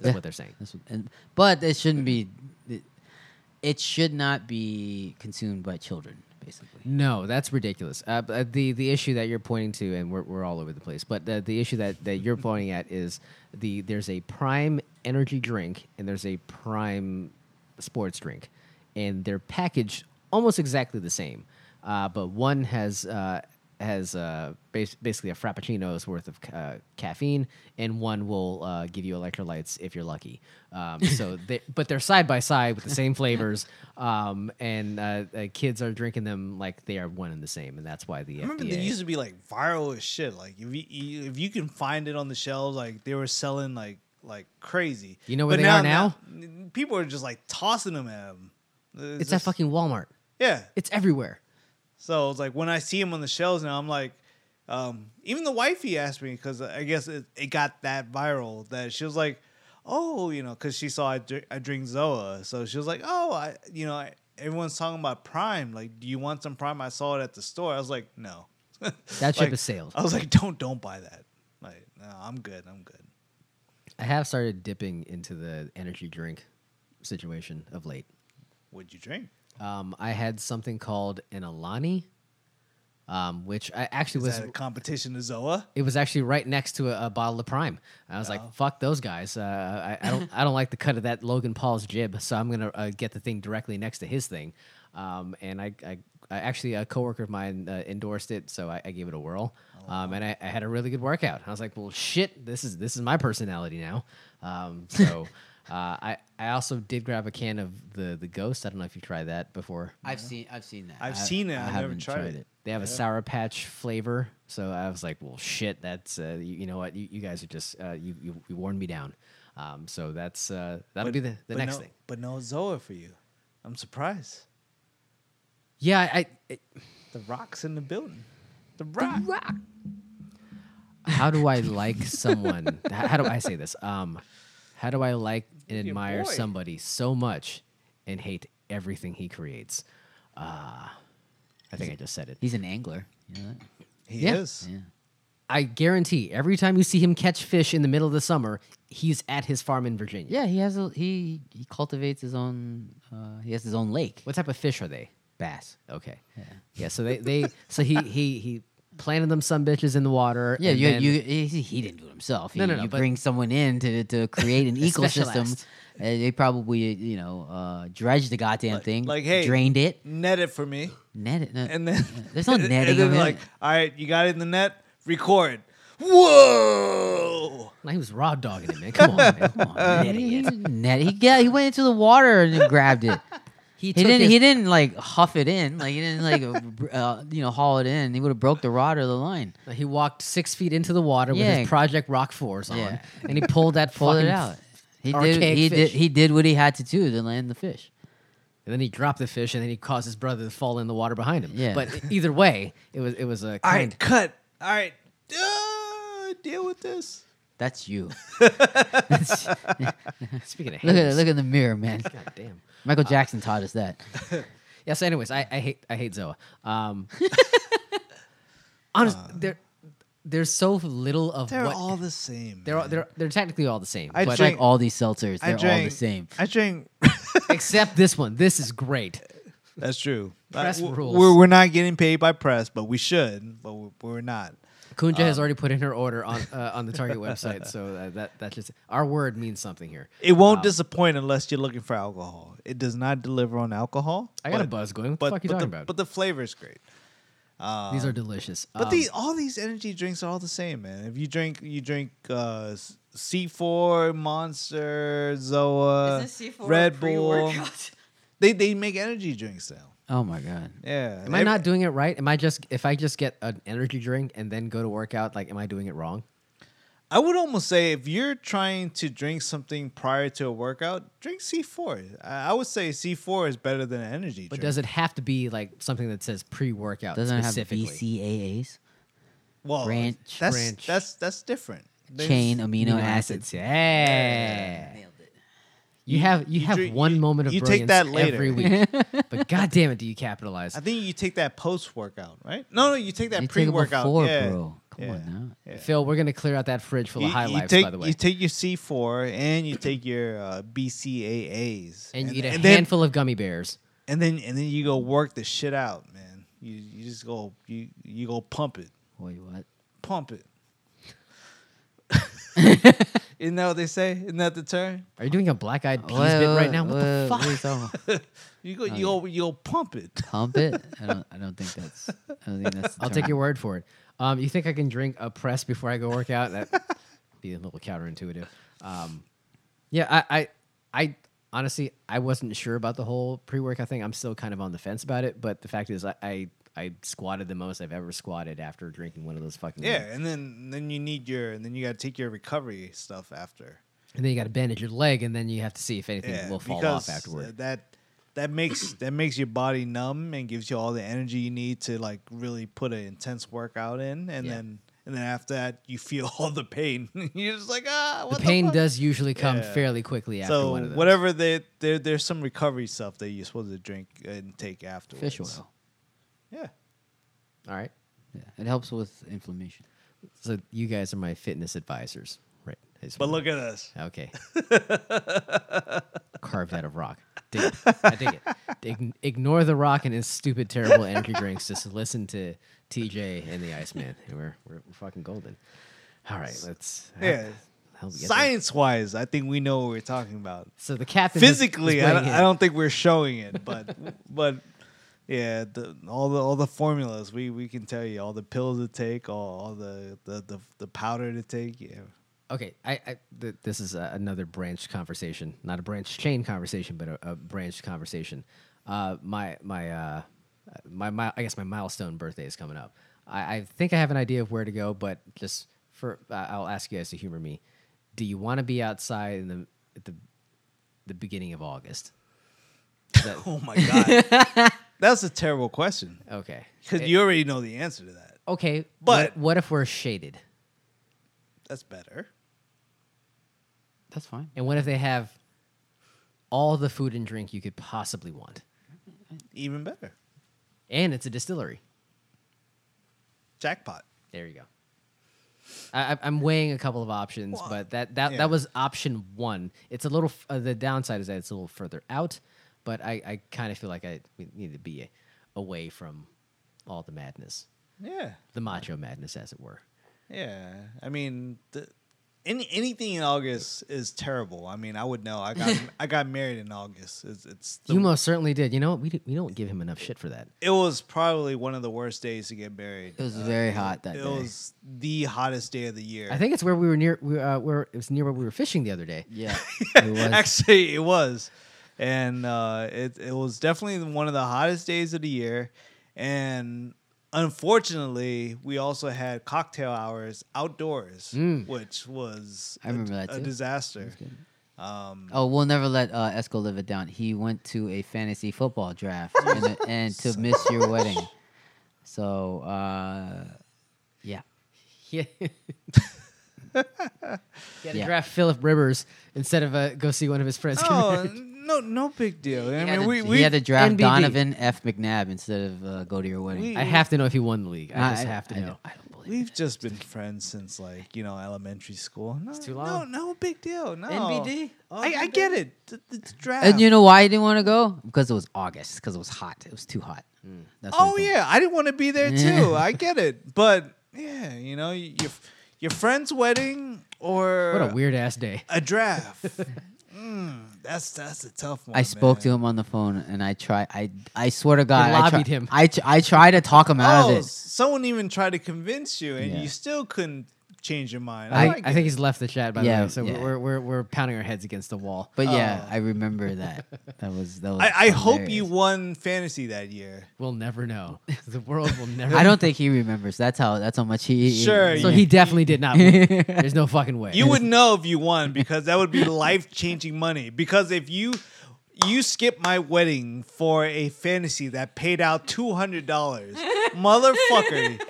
Speaker 2: That's
Speaker 1: Yeah.
Speaker 2: what they're saying.
Speaker 1: That's what- and- but it shouldn't be. It, it should not be consumed by children, basically.
Speaker 2: No, that's ridiculous. Uh, but, uh, the the issue that you're pointing to, and we're, we're all over the place, but uh, the, the issue that, that you're pointing at is the there's a prime energy drink and there's a prime sports drink, and they're packaged almost exactly the same, uh, but one has uh, has uh, bas- basically a frappuccino's worth of ca- uh, caffeine, and one will uh, give you electrolytes if you're lucky. Um, so,
Speaker 3: <laughs>
Speaker 2: they, but they're side by side with the same flavors, um, and uh, uh, kids are drinking them like they are one and the same, and that's why the
Speaker 3: I remember
Speaker 2: FDA.
Speaker 3: they used to be like viral as shit. Like if you- you if you can find it on the shelves, like they were selling like like crazy.
Speaker 2: You know where
Speaker 3: But
Speaker 2: they are
Speaker 3: n- People are just like tossing them at them.
Speaker 2: it's at fucking Walmart.
Speaker 3: yeah.
Speaker 2: It's everywhere.
Speaker 3: So it's like when I see him on the shelves now, I'm like, um, even the wifey asked me because I guess it, it got that viral that she was like, oh, you know, because she saw I, dr- I drink Zoa, so she was like, oh, I, you know, I, everyone's talking about Prime. Like, do you want some Prime? I saw it at the store. I was like, no. <laughs>
Speaker 2: That ship
Speaker 3: Like, uh,
Speaker 2: has sailed.
Speaker 3: I was like, don't don't buy that. Like, no, I'm good. I'm good.
Speaker 2: I have started dipping into the energy drink situation of late.
Speaker 3: What'd you drink?
Speaker 2: Um, I had something called an Alani, um, which I actually
Speaker 3: Is
Speaker 2: was
Speaker 3: that a competition to Zoa?
Speaker 2: it was actually right next to a, a bottle of Prime. I was like, "Fuck those guys! Uh, I, I don't, I don't like the cut of that Logan Paul's jib, so I'm gonna uh, get the thing directly next to his thing." Um, and I, I, I actually a coworker of mine uh, endorsed it, so I, I gave it a whirl, um, and I, I had a really good workout. I was like, "Well, shit, this is this is my personality now." Um, so. Uh, I, I also did grab a can of the, the Ghost. I don't know if you've tried that before.
Speaker 1: I've seen I've seen that.
Speaker 3: I've seen it, I've never
Speaker 1: haven't
Speaker 3: tried it.
Speaker 2: They have a sour patch flavor, so I was like, "Well, shit, that's uh, you, you know what? You, you guys are just uh, you, you you warned me down." Um, so that's uh, that'll be the, the
Speaker 3: but
Speaker 2: next
Speaker 3: no,
Speaker 2: thing.
Speaker 3: But no Zoa for you. I'm surprised.
Speaker 2: Yeah, I, I
Speaker 3: The rocks in the building. The rock.
Speaker 2: how do I like someone? <laughs> h- how do I say this? Um, how do I like and
Speaker 3: Your
Speaker 2: admire
Speaker 3: boy.
Speaker 2: somebody so much and hate everything he creates? Uh, I think I just said it.
Speaker 1: He's an angler. You know that?
Speaker 3: He
Speaker 2: Yeah.
Speaker 3: is.
Speaker 1: Yeah.
Speaker 2: I guarantee every time you see him catch fish in the middle of the summer, he's at his farm in Virginia.
Speaker 1: Yeah, he has a he he cultivates his own uh, he has his own lake.
Speaker 2: What type of fish are they?
Speaker 1: Bass.
Speaker 2: Okay. Yeah. so they, they so he he he planted them some bitches in the water.
Speaker 1: Yeah,
Speaker 2: and
Speaker 1: you,
Speaker 2: then- <laughs>
Speaker 1: you he, he didn't do it himself.
Speaker 2: No,
Speaker 1: You-
Speaker 2: no, no,
Speaker 1: you
Speaker 2: but-
Speaker 1: bring someone in to to create <laughs> an ecosystem.
Speaker 2: Specialized.
Speaker 1: Uh, they probably you know uh, dredged the goddamn thing,
Speaker 3: Like, hey,
Speaker 1: drained it,
Speaker 3: net it for me,
Speaker 1: net it, no-
Speaker 3: and
Speaker 2: <laughs>
Speaker 3: then
Speaker 1: there's no netting
Speaker 3: <laughs> And then
Speaker 1: over there.
Speaker 3: like, all right, you got it in the net. Record. Whoa!
Speaker 2: Nah, he was raw dogging it, man. <laughs> Come on, man.
Speaker 1: Come on,
Speaker 3: uh,
Speaker 1: man, he
Speaker 3: <laughs>
Speaker 1: didn't net. He got, he went into the water and then grabbed it.
Speaker 2: He,
Speaker 1: <laughs> He
Speaker 2: took
Speaker 1: didn't.
Speaker 2: his-
Speaker 1: He didn't like huff it in. Like he didn't like uh, <laughs> br- uh, you know haul it in. He would have broke the rod or the line.
Speaker 2: he walked six feet into the water with
Speaker 1: Yeah.
Speaker 2: his Project Rock Fours on,
Speaker 1: Yeah.
Speaker 2: and he pulled
Speaker 1: <laughs>
Speaker 2: that
Speaker 1: Pulled
Speaker 2: fucking
Speaker 1: it out. He did.
Speaker 2: archaic
Speaker 1: He did.
Speaker 2: fish.
Speaker 1: He did what he had to do to land the fish.
Speaker 2: And then he dropped the fish, and then he caused his brother to fall in the water behind him.
Speaker 1: Yeah.
Speaker 2: But e, either way, it was it was a
Speaker 3: All
Speaker 2: kind.
Speaker 3: right, cut. All right, uh, deal with this.
Speaker 1: That's
Speaker 2: <laughs>
Speaker 1: you.
Speaker 2: Speaking of
Speaker 1: Look at
Speaker 2: haters,
Speaker 1: look in the mirror,
Speaker 2: <laughs>
Speaker 1: man.
Speaker 2: God damn.
Speaker 1: Michael Jackson taught us that.
Speaker 2: Yeah. So, anyways, I, I hate I hate Zoa. Um, honest, there there's so little of
Speaker 3: They're
Speaker 2: what
Speaker 3: all the same.
Speaker 2: they're all- they're they're technically all the same.
Speaker 3: I
Speaker 2: but
Speaker 1: It's like
Speaker 3: Drink-
Speaker 1: all these seltzers.
Speaker 3: I
Speaker 1: They're
Speaker 3: drink,
Speaker 1: all the same.
Speaker 3: I drink.
Speaker 2: except this one. This is great.
Speaker 3: <laughs> That's true.
Speaker 2: <laughs> Press
Speaker 3: we're,
Speaker 2: rules.
Speaker 3: We're, we're not getting paid by press, but we should. But we're, we're not.
Speaker 2: Kunja
Speaker 3: Um,
Speaker 2: has already put in her order on uh, on the Target website, so uh, that that just our word means something here.
Speaker 3: It won't disappoint unless you're looking for alcohol. It does not deliver on alcohol.
Speaker 2: I got a
Speaker 3: but-
Speaker 2: buzz going. What
Speaker 3: But,
Speaker 2: the fuck are you
Speaker 3: but
Speaker 2: talking
Speaker 3: the,
Speaker 2: about?
Speaker 3: But the flavor's great.
Speaker 2: These are delicious.
Speaker 3: But
Speaker 2: Um,
Speaker 3: the all these energy drinks are all the same, man. If you drink, you drink uh, C four, Monster, Zoa, Red Bull. <laughs> They they make energy drinks now.
Speaker 1: Oh my god.
Speaker 3: Yeah.
Speaker 2: am I not doing it right? Am I just if I just get an energy drink and then go to work out? Like, am I doing it wrong?
Speaker 3: I would almost say if you're trying to drink something prior to a workout, drink C4. I, I would say C4 is better than an energy
Speaker 2: But
Speaker 3: drink.
Speaker 2: does it have to be like something that says pre-workout
Speaker 1: Doesn't it have
Speaker 2: specifically?
Speaker 1: BCAAs?
Speaker 3: well,
Speaker 1: branch-
Speaker 3: that's,
Speaker 2: branch-
Speaker 3: That's, that's different. There's-
Speaker 1: Chain amino
Speaker 2: amino
Speaker 1: acids.
Speaker 2: acids. Yeah. You have you, have
Speaker 3: drink-
Speaker 2: one
Speaker 3: you-
Speaker 2: moment of
Speaker 3: you
Speaker 2: brilliance
Speaker 3: take that later.
Speaker 2: every week,
Speaker 3: <laughs>
Speaker 2: but god damn it, do you capitalize?
Speaker 3: I think you take that post workout, right? No, no, you take that
Speaker 1: You
Speaker 3: pre
Speaker 1: take it
Speaker 3: workout.
Speaker 1: before,
Speaker 3: yeah.
Speaker 1: bro. Come
Speaker 3: Yeah.
Speaker 1: on now.
Speaker 2: Phil, we're gonna clear out that fridge full
Speaker 3: You,
Speaker 2: of high
Speaker 3: you
Speaker 2: lives,
Speaker 3: take,
Speaker 2: by the way.
Speaker 3: you take your C4 and you take your uh, BCAAs.
Speaker 2: and you eat a
Speaker 3: and then,
Speaker 2: handful of gummy bears.
Speaker 3: and then and then you go work the shit out, man. You you just go you you go pump it.
Speaker 1: Wait, what?
Speaker 3: Pump it. <laughs> Isn't that what they say? Isn't that the term?
Speaker 2: Are you doing a black eyed peas bit right now? What the fuck?
Speaker 1: are you talking about?
Speaker 2: <laughs>
Speaker 3: You
Speaker 2: Oh,
Speaker 3: go you go you'll pump it.
Speaker 1: Pump it? I don't. I don't think that's. I don't think that's. The
Speaker 2: I'll
Speaker 1: term.
Speaker 2: take your word for it. Um, you think I can drink a press before I go work out? That'd
Speaker 3: <laughs>
Speaker 2: be a little counterintuitive. Um, yeah, I, I, I honestly, I wasn't sure about the whole pre-workout thing. I'm still kind of on the fence about it. But the fact is, I, I, I squatted the most I've ever squatted after drinking one of those fucking.
Speaker 3: Yeah, and then then you need your and then you gotta take your recovery stuff after.
Speaker 2: And then you got to bandage your leg, and then you have to see if anything
Speaker 3: Yeah,
Speaker 2: will fall
Speaker 3: because uh,
Speaker 2: off afterward.
Speaker 3: That that makes that makes your body numb and gives you all the energy you need to like really put an intense workout in, and
Speaker 2: Yeah.
Speaker 3: then and then after that you feel <laughs> all the pain. You're just like ah, what
Speaker 2: the pain
Speaker 3: fuck?"
Speaker 2: does usually come
Speaker 3: Yeah.
Speaker 2: fairly quickly after
Speaker 3: So
Speaker 2: one of those.
Speaker 3: whatever they there there's some recovery stuff that you're supposed to drink and take afterwards.
Speaker 1: fish oil.
Speaker 3: Yeah.
Speaker 2: All right.
Speaker 1: Yeah, it helps with inflammation.
Speaker 2: So you guys are my fitness advisors, right? I just
Speaker 3: But
Speaker 2: wanna-
Speaker 3: look at us. <laughs>
Speaker 2: Okay. Carved out of rock. Dig it. I dig it. Ign- ignore the rock and his stupid, terrible energy drinks. Just listen to TJ and the Iceman. And we're, we're, we're fucking golden. All right, let's. how-
Speaker 3: Yeah.
Speaker 2: how'd we get there?
Speaker 3: Science wise, I think we know what we're talking about.
Speaker 2: So the captain is- is
Speaker 3: Physically, I
Speaker 2: weighing
Speaker 3: don't,
Speaker 2: in.
Speaker 3: I don't think we're showing it, but <laughs> but yeah, the, all the all the formulas we, we can tell you all the pills to take, all, all the, the, the the powder to take. Yeah,
Speaker 2: Okay, I, I th- this is uh, another branch conversation, not a branch chain conversation, but a, a branch conversation. Uh, my my uh, my my I guess my milestone birthday is coming up. I, I think I have an idea of where to go, but just for I I'll ask you guys to humor me. Do you want to be outside in the at the the beginning of August? Is that-
Speaker 3: <laughs> Oh my god,
Speaker 2: <laughs>
Speaker 3: that's a terrible question
Speaker 2: okay, Eh,
Speaker 3: because you already know the answer to that.
Speaker 2: okay,
Speaker 3: But-
Speaker 2: what, what if we're shaded?
Speaker 3: That's better.
Speaker 1: That's fine.
Speaker 2: And what if they have all the food and drink you could possibly want,
Speaker 3: Even better.
Speaker 2: and it's a distillery?
Speaker 3: Jackpot.
Speaker 2: There you go. I, I- I'm weighing a couple of options,
Speaker 3: Well,
Speaker 2: but that that,
Speaker 3: yeah.
Speaker 2: that was option one. It's a little. f- Uh, the downside is that it's a little further out, but I, I kind of feel like I we need to be away from all the madness,
Speaker 3: Yeah,
Speaker 2: the macho madness, as it were.
Speaker 3: yeah. I mean, the, any anything in August is terrible. I mean, I would know. I
Speaker 2: <laughs>
Speaker 3: got I got married in August. It's, it's the
Speaker 2: you most certainly did. You know what? We do, we don't give him enough shit for that.
Speaker 3: It was probably one of the worst days to get married.
Speaker 1: It was very hot that
Speaker 3: it
Speaker 1: day.
Speaker 3: was the hottest day of the year.
Speaker 2: I think it's where we were near. We, uh, where it was near where we were fishing the other day.
Speaker 1: yeah,
Speaker 2: <laughs>
Speaker 1: it was.
Speaker 3: <laughs> actually it was, and uh, it it was definitely one of the hottest days of the year, and unfortunately, we also had cocktail hours outdoors, which was
Speaker 1: Hmm. I remember
Speaker 3: a,
Speaker 1: that
Speaker 3: a
Speaker 1: too.
Speaker 3: disaster.
Speaker 1: Oh, we'll never let uh, Esco live it down. He went to a fantasy football draft
Speaker 3: <laughs>
Speaker 1: and, uh, and to miss your wedding. So, uh, yeah.
Speaker 2: Yeah. Got to
Speaker 1: Yeah.
Speaker 2: draft Philip Rivers instead of uh, go see one of his friends. get <laughs> married.
Speaker 1: <laughs>
Speaker 3: Oh no, no big deal. I
Speaker 1: He,
Speaker 3: mean,
Speaker 1: had,
Speaker 3: we,
Speaker 1: to,
Speaker 3: we
Speaker 1: he had to draft
Speaker 2: NBD.
Speaker 1: Donovan F. McNabb instead of uh, go to your wedding.
Speaker 3: We-
Speaker 2: I have to know if he won the league. I just have to
Speaker 1: I
Speaker 2: know.
Speaker 1: don't- I don't believe
Speaker 3: We've just been friends since like you know elementary school. No,
Speaker 2: too long.
Speaker 3: No, no big deal. No Oh,
Speaker 2: NBD? All
Speaker 3: I, I
Speaker 2: good,
Speaker 3: get it. Th- th- It's draft.
Speaker 1: And you know why I didn't want to go? Because it was August. Because it was hot. It was too hot. That's what
Speaker 3: oh
Speaker 1: it was.
Speaker 3: yeah, I didn't want to be there too. I get it. But yeah, you know y- your your friend's wedding or
Speaker 2: What a weird ass day.
Speaker 3: a draft. <laughs> Mm, that's that's a tough one.
Speaker 1: I spoke to
Speaker 3: Oh, man.
Speaker 1: him on the phone, and I try. I I swear to God, I
Speaker 2: lobbied
Speaker 1: try,
Speaker 2: him.
Speaker 1: I tr- I tried to talk him out
Speaker 3: Oh,
Speaker 1: of it.
Speaker 3: someone even tried to convince you, and
Speaker 1: Yeah.
Speaker 3: you still couldn't change your mind.
Speaker 2: I,
Speaker 3: like
Speaker 2: I
Speaker 3: it.
Speaker 2: think he's left the chat by the
Speaker 1: Yeah,
Speaker 2: way, so
Speaker 1: yeah.
Speaker 2: we're, we're we're pounding our heads against the wall.
Speaker 1: But yeah, I remember that. That was
Speaker 3: <laughs>
Speaker 1: that was.
Speaker 3: Oh. I, I hope you
Speaker 1: hilarious.
Speaker 3: won fantasy that year.
Speaker 2: We'll never know. <laughs> The world will never.
Speaker 1: I don't think he remembers. That's how. That's how much he.
Speaker 3: Sure,
Speaker 2: So he definitely did
Speaker 1: <laughs>
Speaker 2: not. Win. There's no fucking way. <laughs>
Speaker 3: You would know if you won because that would be life changing money. Because if you you skip my wedding for a fantasy that paid out two hundred dollars, motherfucker,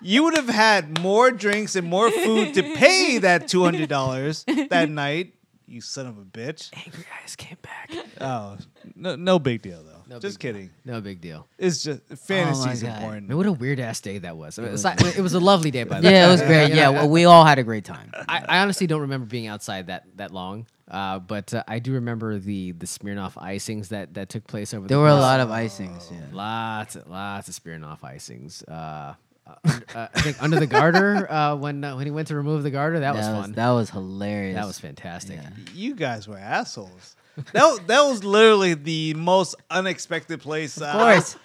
Speaker 3: you would have had more drinks and more food to pay that two hundred dollars that night. You son of a bitch.
Speaker 2: Angry eyes came back.
Speaker 3: Oh, no, no big deal though. just
Speaker 2: big
Speaker 3: kidding.
Speaker 2: No big deal.
Speaker 3: It's just fantasy's
Speaker 1: Oh God.
Speaker 3: important.
Speaker 2: Man, what a weird ass day that was. I mean, aside- it was a lovely day, by the
Speaker 1: <laughs>
Speaker 2: way.
Speaker 1: Yeah, it was great. Yeah, well, we all had a great time.
Speaker 2: <laughs> I, I honestly don't remember being outside that that long, uh, but uh, I do remember the the Smirnoff icings that that took place over.
Speaker 1: There
Speaker 2: the
Speaker 1: were a
Speaker 2: course.
Speaker 1: lot of icings. Yeah.
Speaker 2: <laughs> lots lots of Smirnoff icings. Uh, uh, und- uh, I think under the garter <laughs> uh, when uh, when he went to remove the garter, that, was
Speaker 1: that was,
Speaker 2: fun. that,
Speaker 1: That was hilarious.
Speaker 2: was fantastic.
Speaker 3: You guys were assholes. That, wa- that was literally the most unexpected place. uh,
Speaker 1: Of course.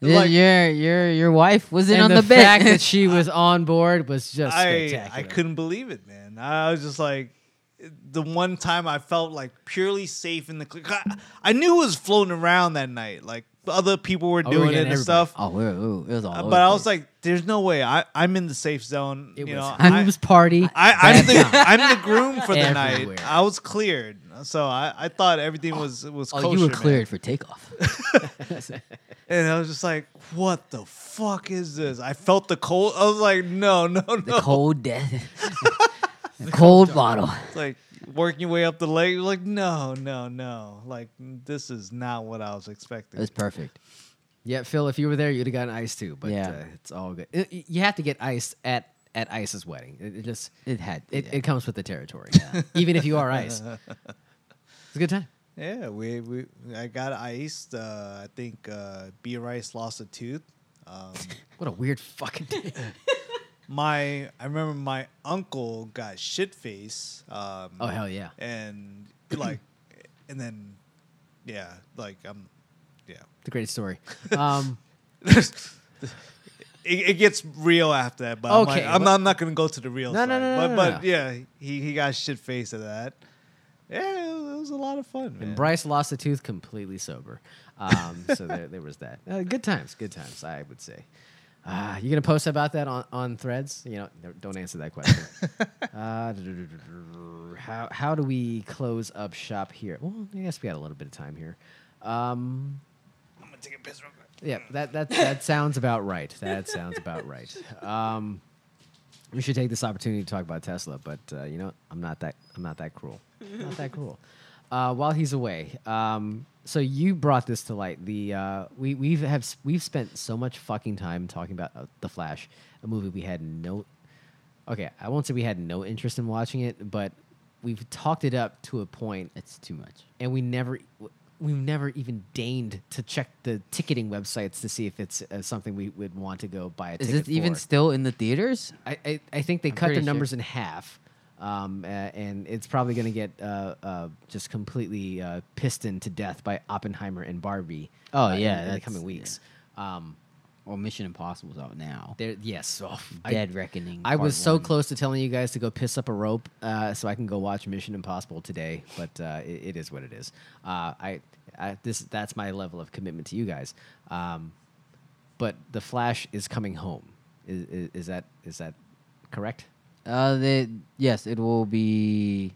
Speaker 1: Th-
Speaker 3: Like-
Speaker 1: your your your wife was in
Speaker 2: And
Speaker 1: on
Speaker 2: the,
Speaker 1: the, bed.
Speaker 2: fact that <laughs> she was on board was just
Speaker 3: I,
Speaker 2: spectacular.
Speaker 3: I couldn't believe it, man. I was just like, the one time I felt like purely safe in the clique. I, I knew it was floating around that night. Like other people were
Speaker 2: Oh, we were
Speaker 3: doing it and
Speaker 2: getting everybody.
Speaker 3: stuff.
Speaker 1: <laughs> oh, we were- we were- it was all. over
Speaker 3: Uh, but I
Speaker 1: the
Speaker 3: was
Speaker 1: place.
Speaker 3: like, there's no way. I, I'm in the safe zone.
Speaker 2: It
Speaker 3: you
Speaker 2: was
Speaker 1: <laughs>
Speaker 3: know, I,
Speaker 2: Hoob's party.
Speaker 3: I, I'm the I'm the groom for the
Speaker 2: Everywhere.
Speaker 3: night. I was cleared, so I, I thought everything was was.
Speaker 1: oh,
Speaker 3: kosher,
Speaker 1: you were
Speaker 3: man.
Speaker 1: cleared for takeoff.
Speaker 3: And I was just like, what the fuck is this? I felt the cold. I was like, no, <laughs> no,
Speaker 1: The
Speaker 3: no.
Speaker 1: cold death. The <laughs> cold bottle.
Speaker 3: It's like working your way up the leg. Like, no, no, no. Like, this is not what I was
Speaker 1: It
Speaker 3: expecting.
Speaker 1: was perfect.
Speaker 2: Yeah, Phil, if you were there, you'd have gotten ice too. But
Speaker 1: Yeah.
Speaker 2: uh, it's all good. Y- y- you have to get ice at at Ice's wedding. It, it just
Speaker 1: It had.
Speaker 2: it,
Speaker 1: yeah.
Speaker 2: it comes with the territory. <laughs> Even if you are
Speaker 3: <laughs>
Speaker 2: ice, it's a good time.
Speaker 3: yeah, we, we I got iced. Uh, I think uh, B Rice lost a tooth. Um,
Speaker 2: What a weird fucking day.
Speaker 3: my I remember my uncle got shit face. Um,
Speaker 2: oh hell yeah!
Speaker 3: and like, and then yeah, like I'm, yeah.
Speaker 2: The great story. Um,
Speaker 3: it, it gets real after that, but I'm,
Speaker 2: Okay,
Speaker 3: like, I'm,
Speaker 2: well-
Speaker 3: not, I'm not gonna go to the real
Speaker 2: No,
Speaker 3: side.
Speaker 2: no, no, no,
Speaker 3: but
Speaker 2: no,
Speaker 3: but
Speaker 2: no.
Speaker 3: yeah, he, he got shit faced at that. Yeah, it was, it was a lot of fun, man.
Speaker 2: and Bryce lost a tooth completely sober. Um, so there, there was that. Uh, good times, good times. I would say. Uh, you gonna post about that on, on threads? You know, no, don't answer that question. uh, <laughs> how how do we close up shop here? Well, I guess we had a little bit of time here. Um,
Speaker 3: I'm gonna take a piss real quick.
Speaker 2: yeah, that that that sounds about right. That sounds about right. Um, we should take this opportunity to talk about Tesla, but uh, you know, I'm not that I'm not
Speaker 1: <laughs>
Speaker 2: that cruel. not that cruel. Uh, while he's away, um, so you brought this to light. The uh, we we've have s- we've spent so much fucking time talking about uh, the Flash, a movie we had no. Okay, I won't say we had no interest in watching it, but we've talked it up to a point
Speaker 1: It's too much.
Speaker 2: and we never we never even deigned to check the ticketing websites to see if it's uh, something we would want to go buy a
Speaker 1: Is
Speaker 2: ticket
Speaker 1: it even
Speaker 2: for.
Speaker 1: still in the theaters?
Speaker 2: I, I, I think they cut the
Speaker 1: pretty sure.
Speaker 2: numbers in half um, a- and it's probably going to get uh, uh, just completely uh, pistoned to death by oppenheimer and barbie
Speaker 1: Oh,
Speaker 2: uh, in-
Speaker 1: yeah,
Speaker 2: in, the
Speaker 1: that's-
Speaker 2: coming weeks um,
Speaker 1: Well, Mission Impossible's out now.
Speaker 2: there yes oh, I-
Speaker 1: Dead Reckoning.
Speaker 2: I was
Speaker 1: Part
Speaker 2: so
Speaker 1: One.
Speaker 2: close to telling you guys to go piss up a rope uh, so I can go watch Mission Impossible today, but uh, it, it is what it is. Uh, I, I this that's my level of commitment to you guys. Um, but the Flash is coming home. Is, is, is that is that correct?
Speaker 1: Uh, they, yes, it will be.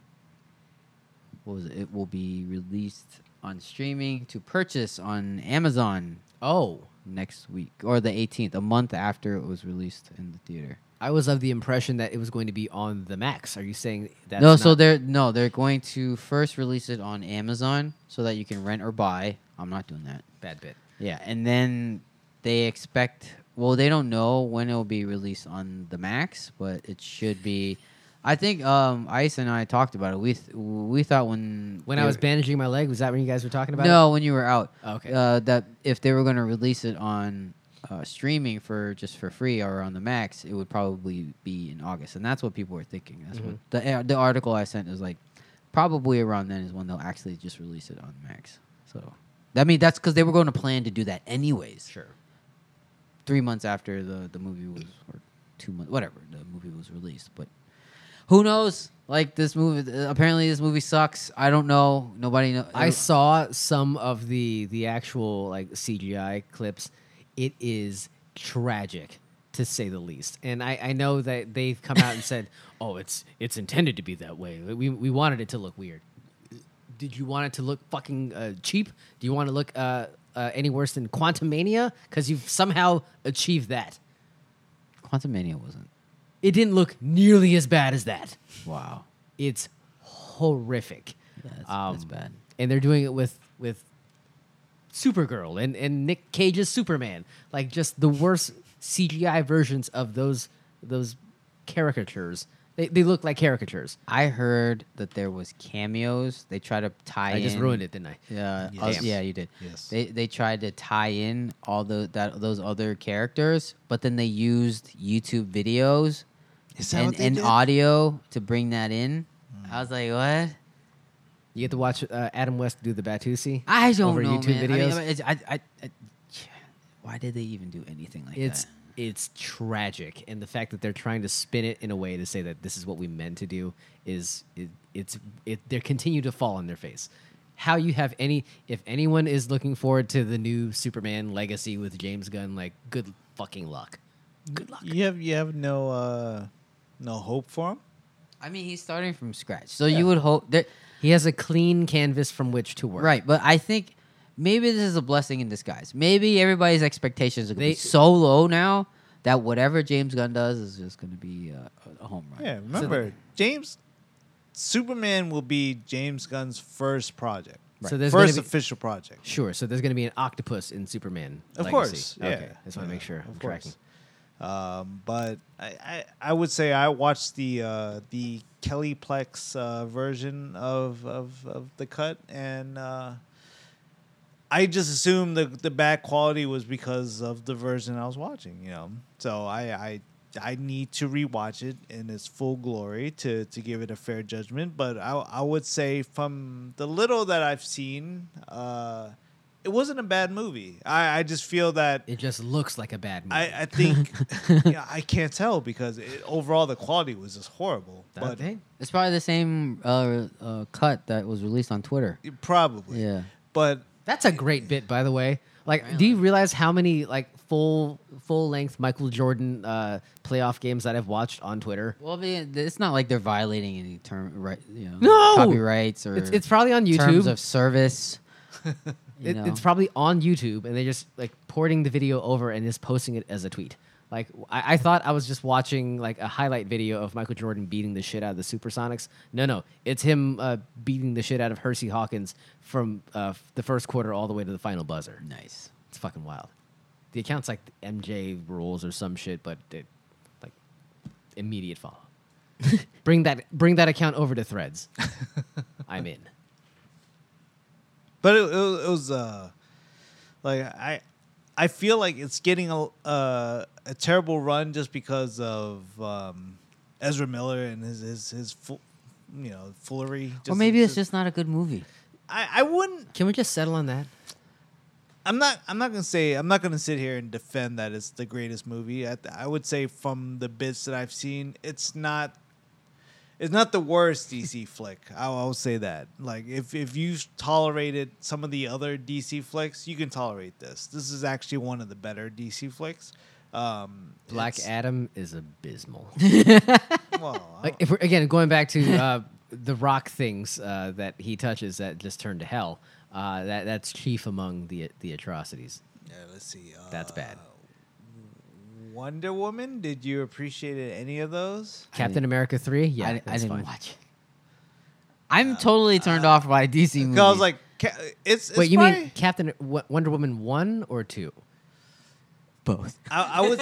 Speaker 1: What was it? It will be released on streaming to purchase on Amazon
Speaker 2: Oh,
Speaker 1: next week or the 18th, a month after it was released in the theater.
Speaker 2: I was of the impression that it was going to be on the Max. Are you saying that?
Speaker 1: no, so they're no, they're going to first release it on Amazon so that you can rent or buy. I'm not doing that.
Speaker 2: bad bit.
Speaker 1: Yeah, and then they expect. Well, they don't know when it will be released on the Max, but it should be. I think um, Ice and I talked about it. We th- we thought when
Speaker 2: When
Speaker 1: they
Speaker 2: I was
Speaker 1: were-
Speaker 2: bandaging my leg, was that when you guys were talking about? Oh,
Speaker 1: no when you were out
Speaker 2: Okay.
Speaker 1: uh, that if they were going to release it on uh, streaming for just for free or on the Max, it would probably be in August, and that's what people were thinking. That's what
Speaker 2: Mm-hmm.
Speaker 1: the uh, the article I sent is like. Probably around then is when they'll actually just release it on Max. So, I mean, that's because they were going to plan to do that anyways
Speaker 2: it? Sure.
Speaker 1: three months after the, the movie was or two months, whatever the movie was released. But who knows? Like this movie, uh, apparently this movie sucks. I don't know. Nobody uh, knows.
Speaker 2: I saw some of the the actual like CGI clips. It is tragic to say the least. And I, I know that they've come <laughs> out and said, "Oh, it's it's intended to be that way. We we wanted it to look weird." Did you want it to look fucking uh, cheap? Do you want to look uh, uh, any worse than Quantumania? Because you've somehow achieved that.
Speaker 1: Quantum Mania wasn't.
Speaker 2: It didn't look nearly as bad as that.
Speaker 1: Wow.
Speaker 2: It's horrific.
Speaker 1: That's,
Speaker 2: Um,
Speaker 1: that's bad.
Speaker 2: and they're doing it with with Supergirl and and Nick Cage's Superman, like just the worst CGI versions of those those caricatures. They they look like caricatures.
Speaker 1: I heard that there was cameos. They try to tie.
Speaker 2: I just
Speaker 1: in-
Speaker 2: ruined it, didn't I?
Speaker 1: Yeah,
Speaker 3: Yes.
Speaker 1: uh,
Speaker 3: Damn.
Speaker 1: yeah, you did.
Speaker 3: Yes.
Speaker 1: They they tried to tie in all those that those other characters, but then they used YouTube videos
Speaker 3: Is that
Speaker 1: and,
Speaker 3: what they
Speaker 1: and
Speaker 3: did?
Speaker 1: audio to bring that in. I was like, what?
Speaker 2: You get to watch uh, Adam West do the Batusi.
Speaker 1: I don't
Speaker 2: over
Speaker 1: know,
Speaker 2: YouTube
Speaker 1: man. I mean,
Speaker 2: videos.
Speaker 1: I mean, it's- I, I, I- why did they even do anything like
Speaker 2: it's
Speaker 1: that?
Speaker 2: it's tragic, and the fact that they're trying to spin it in a way to say that this is what we meant to do is it, it's it, they continue to fall on their face. How you have any if anyone is looking forward to the new Superman legacy with James Gunn, like good fucking luck. Good luck.
Speaker 3: You have you have no uh, no hope for him.
Speaker 1: I mean, he's starting from scratch, so you would hope that.
Speaker 2: He has a clean canvas from which to work.
Speaker 1: Right, but I think maybe this is a blessing in disguise. Maybe everybody's expectations are gonna
Speaker 2: They-
Speaker 1: be so low now that whatever James Gunn does is just going to be uh, a- a home run.
Speaker 3: Yeah, remember James Superman will be James Gunn's first project.
Speaker 2: Right. So there's
Speaker 3: first
Speaker 2: gonna be-
Speaker 3: official project.
Speaker 2: Sure. So there's going to be an octopus in Superman.
Speaker 3: Of
Speaker 2: legacy.
Speaker 3: course. Yeah.
Speaker 2: Okay. I just want to make sure.
Speaker 3: Of
Speaker 2: I'm
Speaker 3: course.
Speaker 2: tracking.
Speaker 3: Um, but I, I, I would say I watched the uh, the Kellyplex uh, version of, of of the cut, and uh, I just assumed the the bad quality was because of the version I was watching. You know, so I I, I need to rewatch it in its full glory to to give it a fair judgment. But I I would say from the little that I've seen. Uh, it wasn't a bad movie. I, I just feel that
Speaker 2: It just looks like a bad movie.
Speaker 3: I,
Speaker 1: <laughs>
Speaker 3: I think yeah, I can't tell because it, overall the quality was just horrible.
Speaker 2: but,
Speaker 3: But
Speaker 2: hey,
Speaker 1: It's probably the same uh, uh, cut that was released on Twitter.
Speaker 3: it- probably,
Speaker 1: Yeah.
Speaker 3: But
Speaker 2: That's a great bit, by the way. Like, do you realize how many like full full length Michael Jordan uh, playoff games that I've watched on Twitter?
Speaker 1: Well, I mean, it's not like they're violating any term, right? You know,
Speaker 2: No!
Speaker 1: copyrights or
Speaker 2: It's, it's probably on YouTube.
Speaker 1: terms of
Speaker 2: <laughs>
Speaker 1: service. you
Speaker 2: It-
Speaker 1: know?
Speaker 2: It's probably on YouTube, and they're just like porting the video over and just posting it as a tweet. Like I, I thought I was just watching like a highlight video of Michael Jordan beating the shit out of the Supersonics. No, no, it's him uh, beating the shit out of Hersey Hawkins from uh, f- the first quarter all the way to the final buzzer.
Speaker 1: nice.
Speaker 2: It's fucking wild. The account's like the MJ rules or some shit, but it, like
Speaker 1: <laughs>
Speaker 2: immediate follow. bring that bring that account over to Threads. I'm in.
Speaker 3: but it, it, was- it was uh, like I I feel like it's getting a uh, a terrible run just because of um, Ezra Miller and his his his fu- you know foolery.
Speaker 1: or maybe it's just not a good movie.
Speaker 3: I, I wouldn't.
Speaker 2: Can we just settle on that?
Speaker 3: I'm not. I'm not gonna say. I'm not gonna sit here and defend that it's the greatest movie. I, I would say from the bits that I've seen, it's not. It's not the worst DC flick. I will say that. Like if if you tolerated some of the other DC flicks, you can tolerate this. This is actually one of the better DC flicks. Um,
Speaker 2: Black
Speaker 3: it's-
Speaker 2: Adam is abysmal. <laughs>
Speaker 3: well, I
Speaker 2: like if we're again going back to uh, the rock things uh, that he touches that just turn to hell. Uh, that that's chief among the the atrocities.
Speaker 3: don't- yeah, let's see. Uh,
Speaker 2: That's bad.
Speaker 1: Oh.
Speaker 3: Wonder Woman. Did you appreciate it, any of those?
Speaker 2: Captain America three. Yeah,
Speaker 1: I, I
Speaker 2: that's
Speaker 1: didn't
Speaker 2: fine.
Speaker 1: watch it. I'm
Speaker 2: Uh,
Speaker 1: totally turned off by DC movies.
Speaker 3: Because I was like, ca- it's, it's
Speaker 2: Wait, you
Speaker 3: probably-
Speaker 2: mean Captain Wo- Wonder Woman one or two?
Speaker 1: both.
Speaker 3: I, I would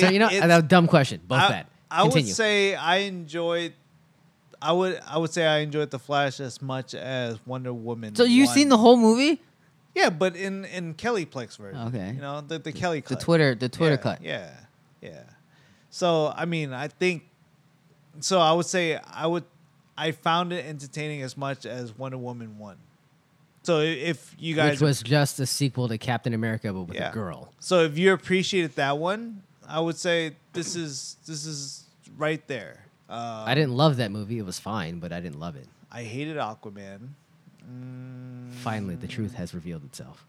Speaker 2: <laughs> So you know,
Speaker 3: it's-
Speaker 2: that was a dumb question. Both
Speaker 3: I,
Speaker 2: bad.
Speaker 3: I
Speaker 2: Continue.
Speaker 3: would say I enjoyed. I would I would say I enjoyed the Flash as much as Wonder Woman.
Speaker 1: So you've
Speaker 3: one.
Speaker 1: seen the whole movie?
Speaker 3: yeah, but in in Kellyplex version.
Speaker 1: Okay.
Speaker 3: you know the the Kelly
Speaker 1: The
Speaker 3: cut.
Speaker 1: Twitter, the Twitter
Speaker 3: yeah,
Speaker 1: <laughs> cut.
Speaker 3: Yeah, yeah. So I mean, I think. So I would say I would. I found it entertaining as much as Wonder Woman one. So i- if you guys
Speaker 2: which was just a sequel to Captain America, but with
Speaker 3: Yeah.
Speaker 2: a girl.
Speaker 3: So if you appreciated that one, I would say this is this is right there. Uh,
Speaker 2: I didn't love that movie. It was fine, but I didn't love it.
Speaker 3: I hated Aquaman. Mm,
Speaker 2: Finally, the truth has revealed itself.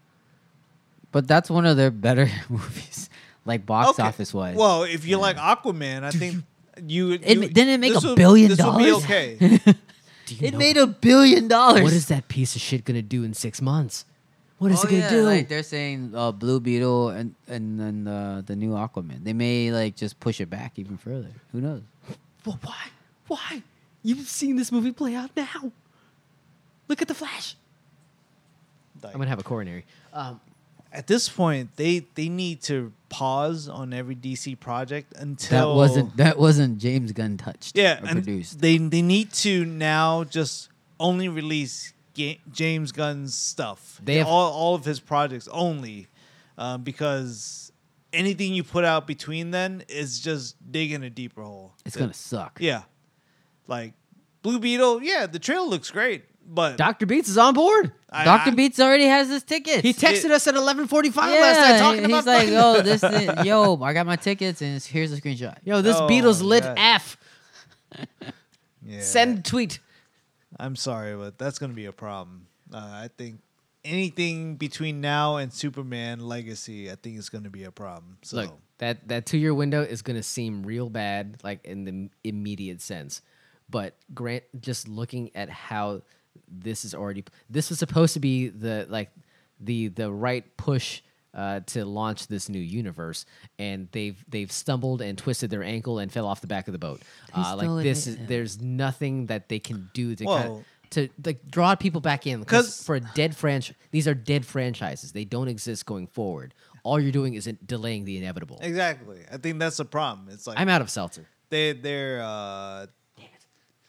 Speaker 1: But that's one of their better movies, like box
Speaker 3: okay.
Speaker 1: office wise.
Speaker 3: Well, if you like Aquaman, I think you, you
Speaker 1: didn't it make
Speaker 3: this
Speaker 1: a
Speaker 3: will-
Speaker 1: billion
Speaker 3: this will be
Speaker 1: dollars? <laughs>
Speaker 3: okay.
Speaker 2: Do you
Speaker 1: it
Speaker 2: know
Speaker 1: made a billion dollars.
Speaker 2: What is that piece of shit gonna do in six months? What is
Speaker 1: oh,
Speaker 2: it gonna
Speaker 1: yeah,
Speaker 2: do?
Speaker 1: Like they're saying uh, Blue Beetle and and then uh, the new Aquaman. They may like just push it back even further. Who knows?
Speaker 2: Well, why? Why? You've seen this movie play out now. Look at the flash.
Speaker 3: Like,
Speaker 2: I'm gonna have a coronary. Um,
Speaker 3: at this point, they they need to pause on every DC project until
Speaker 1: That wasn't that wasn't James Gunn touched.
Speaker 3: yeah
Speaker 1: or
Speaker 3: and
Speaker 1: produced.
Speaker 3: They they need to now just only release ga- James Gunn's stuff.
Speaker 2: They have-
Speaker 3: all all of his projects only um, because anything you put out between then is just digging a deeper hole.
Speaker 1: It's gonna suck.
Speaker 3: Yeah. Like Blue Beetle, yeah, the trailer looks great, but
Speaker 2: Doctor Beats is on board.
Speaker 3: I-
Speaker 1: Doctor
Speaker 3: I-
Speaker 1: Beats already has his tickets.
Speaker 2: He texted
Speaker 3: It-
Speaker 2: us at 11:45 last night talking
Speaker 1: he-
Speaker 2: about.
Speaker 1: he's like, oh.
Speaker 2: fucking-
Speaker 3: <laughs>
Speaker 1: yo, this, is, yo, I got my tickets and it's- here's a screenshot.
Speaker 2: yo, this
Speaker 3: Oh,
Speaker 2: Beatles lit
Speaker 3: yeah.
Speaker 2: F.
Speaker 3: Yeah.
Speaker 2: Send tweet.
Speaker 3: I'm sorry, but that's going to be a problem. Uh, I think anything between now and Superman Legacy, I think is going to be a problem. So
Speaker 2: Look, that that two year window is gonna seem real bad, like in the m- immediate sense. But Grant, just looking at how this is already, this was supposed to be the like the the right push uh, to launch this new universe, and they've they've stumbled and twisted their ankle and fell off the back of the boat. Uh,
Speaker 1: still
Speaker 2: like this, is,
Speaker 1: admit-
Speaker 2: there's nothing that they can do to kind
Speaker 3: Well-
Speaker 2: to like draw people back in because
Speaker 3: 'Cause-
Speaker 2: for a dead franchise, these are dead franchises. They don't exist going forward. All you're doing is in- delaying the inevitable.
Speaker 3: exactly, I think that's a problem. It's like
Speaker 2: I'm out of seltzer.
Speaker 3: they they're uh,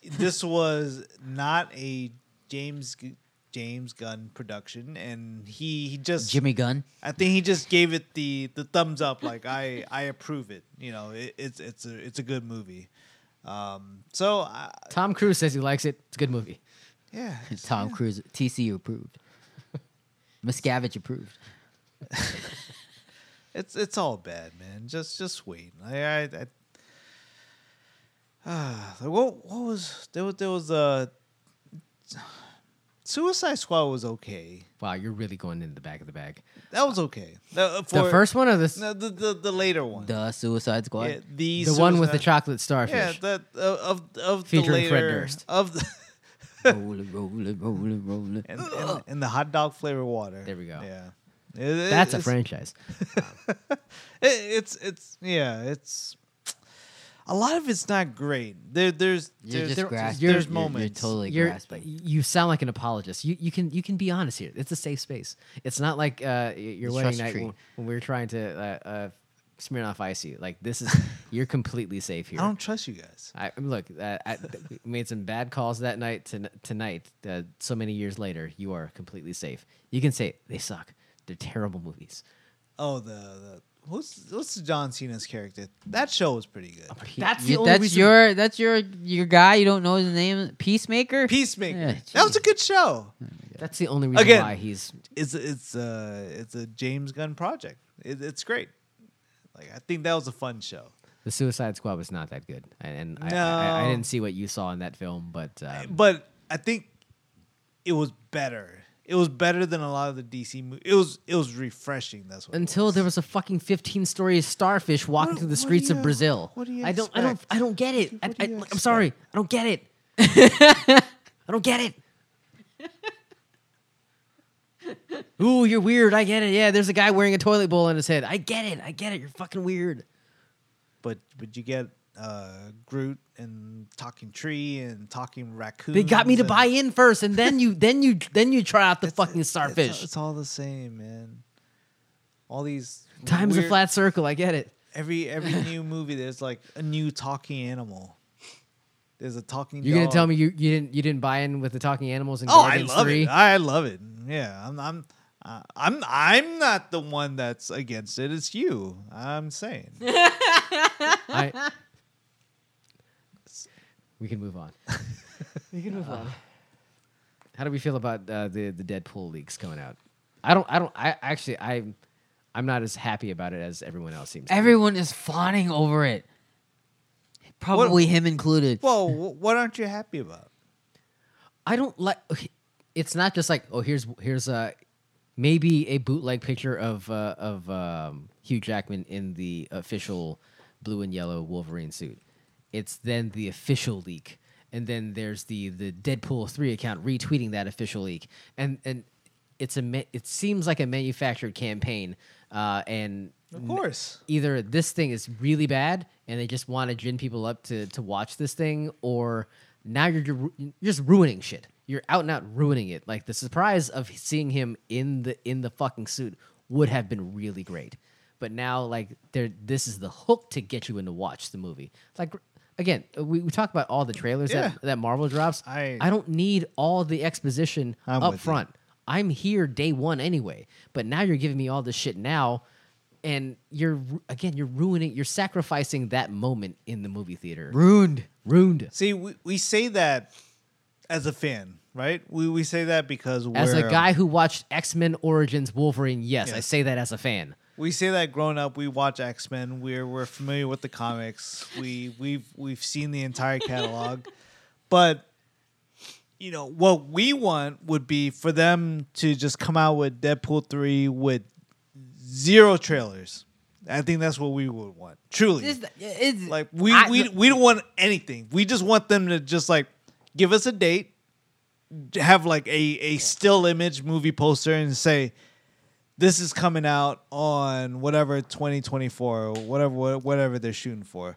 Speaker 3: this was not a James G- James Gunn production, and he, he just
Speaker 1: Jimmy Gunn.
Speaker 3: I think he just gave it the the thumbs up, like I I approve it. You know, it, it's it's a it's a good movie. Um, so I,
Speaker 2: Tom Cruise says he likes it. It's a good movie.
Speaker 3: yeah,
Speaker 2: <laughs>
Speaker 3: it's-
Speaker 1: Tom Cruise, TC
Speaker 3: <laughs>
Speaker 1: approved. Miscavige approved.
Speaker 3: it's it's all bad, man. Just just wait. I I, I ah, <sighs> like, what what was there was there was a Suicide Squad was okay.
Speaker 2: Wow, you're really going into the back of the bag.
Speaker 3: That was okay. The, uh,
Speaker 2: The
Speaker 3: for-
Speaker 2: first one or this,
Speaker 3: no, the, the the later one,
Speaker 1: The Suicide Squad.
Speaker 3: yeah, the
Speaker 2: the one with the
Speaker 3: Suicide-
Speaker 2: chocolate starfish.
Speaker 3: Yeah, that uh, of of, of the
Speaker 2: Featuring
Speaker 3: later
Speaker 2: Fred Durst.
Speaker 3: of the.
Speaker 1: Roll it, roll it, roll it, roll it.
Speaker 3: and, and, and the hot dog flavored water.
Speaker 2: There we go.
Speaker 3: Yeah, It- it-
Speaker 2: That's a
Speaker 3: it's-
Speaker 2: franchise.
Speaker 3: it- it's it's yeah, it's a lot of it's not great. There there's
Speaker 1: You're
Speaker 3: there's,
Speaker 1: just grasping.
Speaker 3: there's
Speaker 1: You're- you're
Speaker 3: moments.
Speaker 1: totally
Speaker 2: You're-
Speaker 1: grasping.
Speaker 2: you sound like an apologist. You, you can you can be honest here. It's a safe space. It's not like uh, y- your
Speaker 1: It's
Speaker 2: wedding
Speaker 1: trust
Speaker 2: night
Speaker 1: tree.
Speaker 2: when, when we were trying to uh, uh, smear off icy. Like this
Speaker 3: <laughs>
Speaker 2: is you're completely safe here.
Speaker 3: I don't trust you guys.
Speaker 2: I look. Uh, I <laughs> we made some bad calls that night. To, tonight, uh, so many years later, you are completely safe. You can say it. they suck. They're terrible movies.
Speaker 3: Oh, the, the who's what's John Cena's character? That show was pretty good.
Speaker 1: He-
Speaker 2: That's the
Speaker 1: you-
Speaker 2: only
Speaker 1: that's
Speaker 2: reason-
Speaker 1: your that's your your guy. You don't know his name. Peacemaker.
Speaker 3: Peacemaker.
Speaker 1: Yeah, Hmm.
Speaker 3: that was a
Speaker 1: jeez.
Speaker 3: good show.
Speaker 2: That's the only reason
Speaker 3: Again.
Speaker 2: why he's.
Speaker 3: It's it's uh it's a James Gunn project. It, it's great. Like I think that was a fun show.
Speaker 2: The Suicide Squad was not that good, and, and I, I, I
Speaker 3: No.
Speaker 2: didn't see what you saw in that film, but um,
Speaker 3: but I think it was better. It was better than a lot of the DC movies. It was it was refreshing. That's what. it
Speaker 2: until there was a fucking 15 story starfish walking
Speaker 3: What-
Speaker 2: through the
Speaker 3: what do
Speaker 2: streets of
Speaker 3: you-
Speaker 2: Brazil.
Speaker 3: what do you
Speaker 2: I don't I don't
Speaker 3: expect?
Speaker 2: I don't get it. I,
Speaker 3: What do
Speaker 2: I,
Speaker 3: you
Speaker 2: am sorry. I don't get
Speaker 3: <laughs>
Speaker 2: it. I don't get it. Ooh, you're weird. I get it. Yeah, there's a guy wearing a toilet bowl on his head. I get it. I get it. You're fucking weird.
Speaker 3: but but you get uh, Groot and talking tree and talking raccoon.
Speaker 2: They got me to buy in first and then you then you then you try out the fucking starfish.
Speaker 3: It's, all the same, man. All these
Speaker 2: Time's a
Speaker 3: weird-
Speaker 2: flat circle. I get it. <laughs>
Speaker 3: Every every new movie, there's like a new talking animal. There's a talking.
Speaker 2: You're gonna
Speaker 3: dog.
Speaker 2: tell me you, you didn't you didn't buy in with the talking animals and
Speaker 3: Oh, I
Speaker 2: Guardians
Speaker 3: love
Speaker 2: 3?
Speaker 3: it. I love it. Yeah, I'm. I'm uh, I'm I'm not the one that's against it. It's you. I'm saying.
Speaker 2: <laughs> I, we can move on. <laughs> we can move on. uh, How do we feel about uh, the the Deadpool leaks coming out? I don't. I don't. I actually. I'm. I'm not as happy about it as everyone else seems. to be.
Speaker 1: Everyone is fawning over it. Probably him included.
Speaker 3: <laughs> Well, wh- what aren't you happy about?
Speaker 2: I don't like. It's not just like oh here's here's a maybe a bootleg picture of uh, of um, Hugh Jackman in the official blue and yellow Wolverine suit. It's then the official leak, and then there's the the Deadpool three account retweeting that official leak, and and it's a ma- it seems like a manufactured campaign, uh, and
Speaker 3: Of course.
Speaker 2: either this thing is really bad and they just want to gin people up to to watch this thing or now you're ju- ru- you're just ruining shit you're out and out ruining it like the surprise of seeing him in the in the fucking suit would have been really great but now like there this is the hook to get you in to watch the movie like again we, we talk about all the trailers
Speaker 3: Yeah.
Speaker 2: that, that marvel drops
Speaker 3: I-
Speaker 2: I don't need all the exposition
Speaker 3: I'm
Speaker 2: up
Speaker 3: with you.
Speaker 2: front I'm here day one anyway. But now you're giving me all this shit now, and you're again you're ruining you're sacrificing that moment in the movie theater.
Speaker 1: Ruined.
Speaker 2: Ruined
Speaker 3: See, we, we say that as a fan, right? We we say that because we're
Speaker 2: as a guy who watched X Men Origins Wolverine. Yes, I
Speaker 3: Yes.
Speaker 2: say that as a fan.
Speaker 3: We say that grown up, we watch X Men. We're we're familiar with the comics. We we've we've seen the entire catalog, but you know what we want would be for them to just come out with Deadpool three with zero trailers. I think that's what we would want. Truly,
Speaker 1: This, it's,
Speaker 3: like we
Speaker 1: I-
Speaker 3: we we don't want anything. We just want them to just like give us a date, have like a a still image movie poster, and say this is coming out on whatever 2024 or whatever wha- whatever they're shooting for,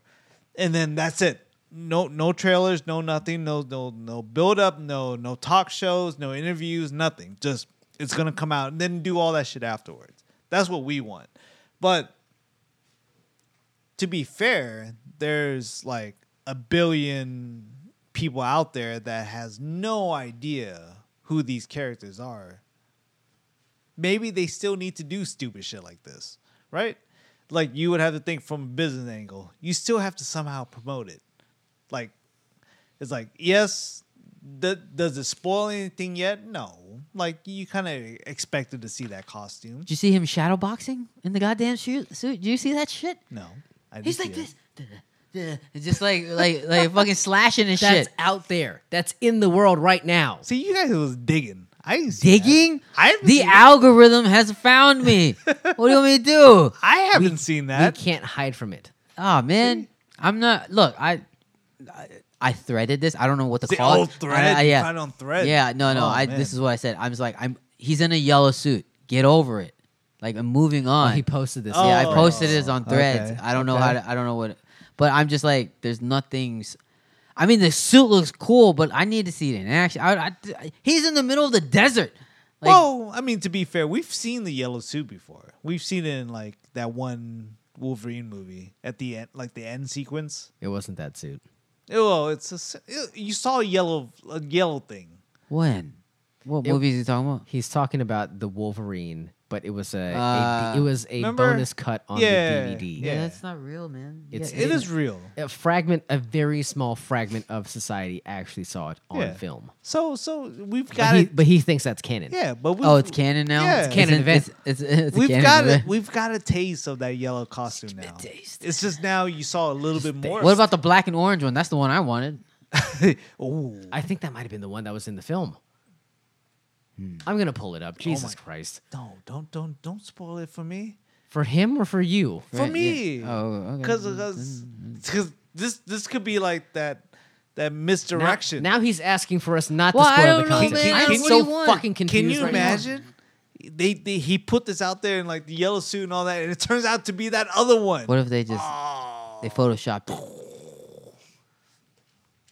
Speaker 3: and then that's it. No no trailers, no nothing, no no no build up, no no talk shows, no interviews, nothing. Just it's gonna come out and then do all that shit afterwards. That's what we want, but to be fair, there's like a billion people out there that has no idea who these characters are. Maybe they still need to do stupid shit like this, right? Like you would have to think from a business angle. You still have to somehow promote it. Like it's like yes, th- does it spoil anything yet? No. Like you kind of expected to see that costume.
Speaker 1: Did you see him shadow boxing in the goddamn shoe- suit? Did you see that shit?
Speaker 3: No. I didn't
Speaker 1: He's
Speaker 3: see
Speaker 1: like
Speaker 3: it.
Speaker 1: this. duh, duh, duh, Just like like
Speaker 3: <laughs>
Speaker 1: like fucking slashing and
Speaker 2: That's
Speaker 1: shit.
Speaker 2: out there. That's in the world right now.
Speaker 3: See, you guys was digging. I didn't see that.
Speaker 1: Digging?
Speaker 3: I haven't
Speaker 1: the
Speaker 3: seen that.
Speaker 1: algorithm has found
Speaker 3: <laughs>
Speaker 1: me. what do you want me to do?
Speaker 3: I haven't seen
Speaker 2: we
Speaker 3: that.
Speaker 2: can't hide from it.
Speaker 1: Oh man, I'm not. Look, I, I, I threaded this. I don't know what to
Speaker 3: The
Speaker 1: call
Speaker 3: old
Speaker 1: it.
Speaker 3: oh, thread?
Speaker 1: I, I-
Speaker 3: You
Speaker 1: yeah,
Speaker 3: found it on thread?
Speaker 1: Yeah, no, no.
Speaker 3: Oh,
Speaker 1: I,
Speaker 3: man.
Speaker 1: this is what I said. I was like, I'm. He's in a yellow suit. Get over it. Like I'm moving on.
Speaker 2: He posted this.
Speaker 1: yeah, I
Speaker 3: Oh,
Speaker 1: posted it on Threads.
Speaker 3: okay,
Speaker 1: I don't know how. To, I don't know what. But I'm just like, there's nothing. s- I mean, the suit looks cool, but I need to see it in action. I, I, he's in the middle of the desert. Like,
Speaker 3: Well, I mean, to be fair, we've seen the yellow suit before. We've seen it in like that one Wolverine movie at the end, like the end sequence.
Speaker 2: It wasn't that suit.
Speaker 3: Oh, it's a, s- you saw a yellow a yellow thing.
Speaker 1: when? What
Speaker 2: It-
Speaker 1: movie is he talking about?
Speaker 2: He's talking about the Wolverine, but it was a, a-
Speaker 1: Uh,
Speaker 2: it was a
Speaker 3: remember?
Speaker 2: bonus cut on
Speaker 3: Yeah,
Speaker 2: the DVD.
Speaker 1: Yeah,
Speaker 3: Yeah.
Speaker 1: that's not real, man.
Speaker 2: It's-
Speaker 1: yeah,
Speaker 3: It is real.
Speaker 2: a fragment, a very small fragment of society actually saw it on
Speaker 3: Yeah.
Speaker 2: film.
Speaker 3: So so we've got
Speaker 2: But he,
Speaker 3: it.
Speaker 2: but he thinks that's canon.
Speaker 3: yeah, but we
Speaker 1: Oh, it's canon now.
Speaker 3: Yeah.
Speaker 1: It's
Speaker 3: It's
Speaker 1: canon
Speaker 2: canon
Speaker 1: event.
Speaker 2: event.
Speaker 1: It's, it's, it's a
Speaker 3: We've
Speaker 1: canon
Speaker 3: got
Speaker 1: event.
Speaker 3: it. We've got a taste of that yellow costume now.
Speaker 1: taste.
Speaker 3: It's just now you saw a little bit more.
Speaker 1: What about the black and orange one? That's the one I wanted.
Speaker 3: Oh,
Speaker 2: I think that might have been the one that was in the film.
Speaker 3: Hmm.
Speaker 2: I'm gonna pull it up.
Speaker 3: Oh
Speaker 2: Jesus Christ!
Speaker 3: no! Don't don't don't spoil it for me.
Speaker 2: For him or for you?
Speaker 3: for
Speaker 1: Right,
Speaker 3: me.
Speaker 1: yeah. Oh, okay.
Speaker 3: Because
Speaker 1: mm.
Speaker 3: this this could be like that that
Speaker 2: Now-
Speaker 3: misdirection.
Speaker 2: Now, he's asking for us not
Speaker 1: Well,
Speaker 2: to
Speaker 1: I
Speaker 2: spoil
Speaker 1: don't
Speaker 2: the
Speaker 1: know,
Speaker 2: concept.
Speaker 1: man.
Speaker 2: I'm
Speaker 1: Can- what do
Speaker 2: so
Speaker 1: you want?
Speaker 2: fucking confused.
Speaker 3: can you
Speaker 2: right now.
Speaker 3: imagine? They, they he put this out there in like the yellow suit and all that, and it turns out to be that other one.
Speaker 1: What if they just they
Speaker 3: Oh.
Speaker 1: photoshopped it?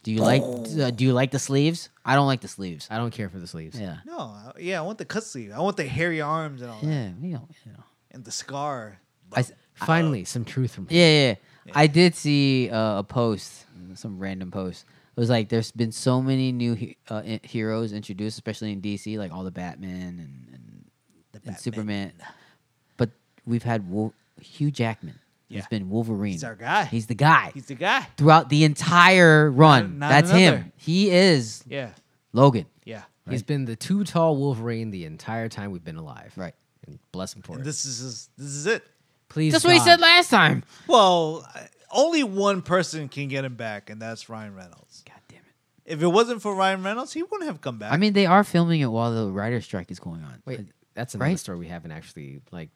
Speaker 1: Do you like uh, Do you like the sleeves? I don't like the sleeves.
Speaker 2: I don't care for the sleeves.
Speaker 1: Yeah,
Speaker 3: No, I- yeah, I want the cut sleeve. I want the hairy arms and all that,
Speaker 1: yeah, you know, you know.
Speaker 3: and the scar.
Speaker 1: I s-
Speaker 2: Finally, some truth from him.
Speaker 1: Yeah, yeah. yeah. I did see uh, a post, some random post. It was like there's been so many new he- uh, i- heroes introduced, especially in DC, like all the Batman and and, and Superman. But we've had Wol- Hugh Jackman.
Speaker 3: Yeah.
Speaker 1: He's been Wolverine.
Speaker 3: He's our guy.
Speaker 1: He's the guy
Speaker 3: He's the guy.
Speaker 1: throughout the entire run.
Speaker 3: not
Speaker 1: That's him.
Speaker 3: another.
Speaker 1: He is
Speaker 3: Yeah,
Speaker 1: Logan.
Speaker 3: yeah.
Speaker 2: He's been the too tall Wolverine the entire time we've been alive.
Speaker 1: Right.
Speaker 2: and bless him for it.
Speaker 3: This is this is it.
Speaker 2: Please,
Speaker 1: That's what he
Speaker 2: God.
Speaker 1: said last time.
Speaker 3: Well, I- only one person can get him back, and that's Ryan Reynolds.
Speaker 1: God damn it.
Speaker 3: If it wasn't for Ryan Reynolds, he wouldn't have come back.
Speaker 1: I mean, they are filming it while the writer strike is going on.
Speaker 2: Wait,
Speaker 1: Uh,
Speaker 2: that's another
Speaker 1: right?
Speaker 2: story we haven't actually like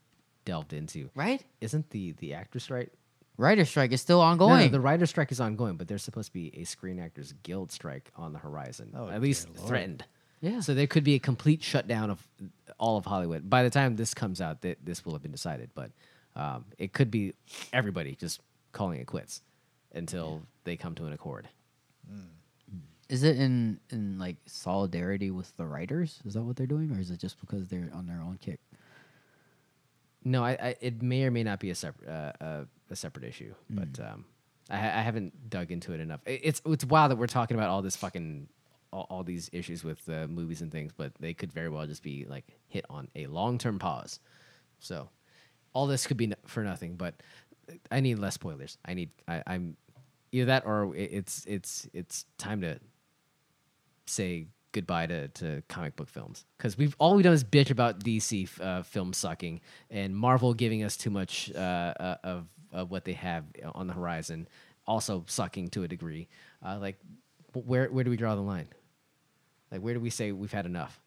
Speaker 2: delved into.
Speaker 1: right?
Speaker 2: Isn't the the actors right?
Speaker 1: Writer strike is still
Speaker 2: No, no,
Speaker 1: ongoing.
Speaker 2: the writer's strike is ongoing, but there's supposed to be a Screen Actors Guild strike on the horizon,
Speaker 3: Oh,
Speaker 2: at least
Speaker 3: dear Lord.
Speaker 2: threatened.
Speaker 1: Yeah.
Speaker 2: So there could be a complete shutdown of all of Hollywood. By the time this comes out, th- this will have been decided, but um, it could be everybody just calling it quits until they come to an accord.
Speaker 1: is it in in like solidarity with the writers? Is that what they're doing, or is it just because they're on their own kick?
Speaker 2: No, I, I it may or may not be a separate uh, uh, a separate issue, but um, I, ha- I haven't dug into it enough. It, it's it's wild that we're talking about all this fucking all, all these issues with uh, movies and things, but they could very well just be like hit on a long term pause. So all this could be n- for nothing. But I need less spoilers. I need I, I'm either that or it, it's it's it's time to say goodbye to, to comic book films because we've all we've done is bitch about DC f- uh, film sucking and Marvel giving us too much uh, uh, of of what they have on the horizon, also sucking to a degree. Uh, like, wh- where where do we draw the line? Like, where do we say we've had enough?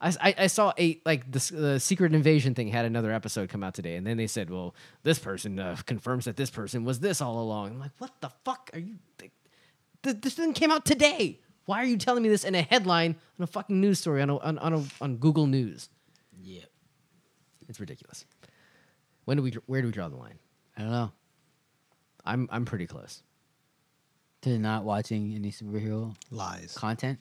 Speaker 2: I, s- I- I saw a like the, s- the secret invasion thing had another episode come out today, and then they said, "Well, this person uh, confirms that this person was this all along." I'm like, "What the fuck are you?" th- th- this thing came out today. Why are you telling me this in a headline on a fucking news story on a, on on, a, on Google News?
Speaker 1: Yeah,
Speaker 2: It's ridiculous. When do we dr- where do we draw the line?
Speaker 1: I don't know.
Speaker 2: I'm I'm pretty close.
Speaker 1: They're not watching any superhero
Speaker 3: lies.
Speaker 1: content.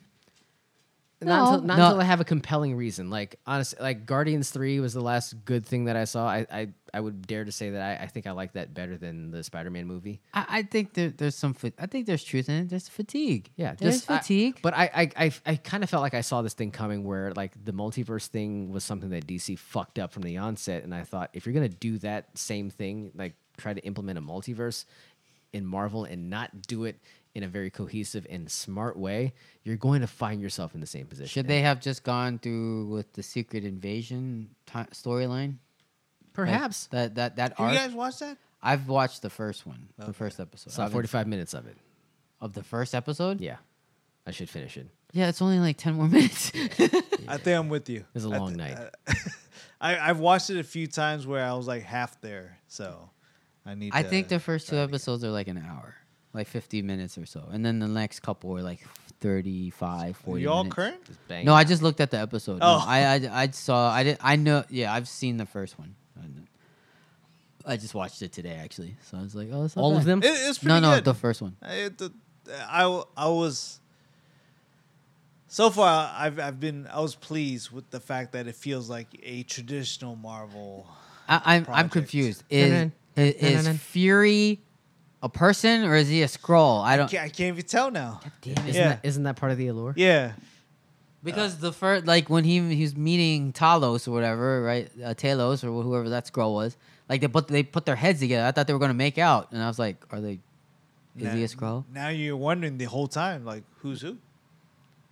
Speaker 2: Not,
Speaker 1: No.
Speaker 2: until, not
Speaker 1: No.
Speaker 2: until I have a compelling reason. Like honestly, like Guardians Three was the last good thing that I saw. I I, I would dare to say that I, I think I like that better than the Spider Man movie.
Speaker 1: I, I think there, there's some. Fa- I think there's truth in it. There's fatigue.
Speaker 2: Yeah,
Speaker 1: there's
Speaker 2: I-
Speaker 1: fatigue.
Speaker 2: but I I, I, I kind of felt like I saw this thing coming where like the multiverse thing was something that DC fucked up from the onset, and I thought if you're gonna do that same thing, like try to implement a multiverse in Marvel and not do it in a very cohesive and smart way, you're going to find yourself in the same position.
Speaker 1: Should they have just gone through with the secret invasion ti storyline? Like,
Speaker 2: perhaps?
Speaker 1: that that that
Speaker 3: Did
Speaker 1: arc.
Speaker 3: you guys watch that?
Speaker 1: I've watched the first one, the first episode
Speaker 2: saw
Speaker 1: I've-
Speaker 2: 45 minutes of it.
Speaker 1: of the first episode.
Speaker 2: Yeah, I should finish it.
Speaker 1: yeah, it's only like ten more <laughs> minutes.
Speaker 3: I think I'm with you. It
Speaker 2: was a long night.
Speaker 3: uh, I, I've watched it a few times where I was like half there, so I need.
Speaker 1: I
Speaker 3: to
Speaker 1: think the first two
Speaker 3: try to get-
Speaker 1: episodes are like an hour, like 50 minutes or so. And then the next couple are like 35, 40
Speaker 3: You all
Speaker 1: minutes.
Speaker 3: current?
Speaker 2: Just bang.
Speaker 1: No, I just looked at the episode. No,
Speaker 3: Oh.
Speaker 1: I, I I saw I did I know yeah, I've seen the first one. I kn- I just watched it today actually. So I was like, oh, it's not
Speaker 2: all of
Speaker 1: bad.
Speaker 2: them.
Speaker 3: It, it's pretty
Speaker 1: No, no,
Speaker 3: good.
Speaker 1: the first one.
Speaker 3: I, the, I, w- I was so far I've I've been I was pleased with the fact that it feels like a traditional Marvel.
Speaker 1: I, I'm I'm
Speaker 3: Project.
Speaker 1: confused.
Speaker 2: no,
Speaker 1: Is
Speaker 2: no.
Speaker 1: i- is
Speaker 2: no, no.
Speaker 1: Fury a person or is he a scroll? I don't
Speaker 3: Ca- I can't even tell now.
Speaker 1: Damn it.
Speaker 2: isn't,
Speaker 3: Yeah.
Speaker 2: that, isn't that part of the allure?
Speaker 3: Yeah,
Speaker 1: Because the first, like when he he's meeting Talos or whatever, right? Uh, Talos or whoever that scroll was. Like they put they put their heads together. I thought they were gonna make out, and I was like, are they? Is
Speaker 3: now,
Speaker 1: he a scroll?
Speaker 3: Now you're wondering the whole time, like who's who,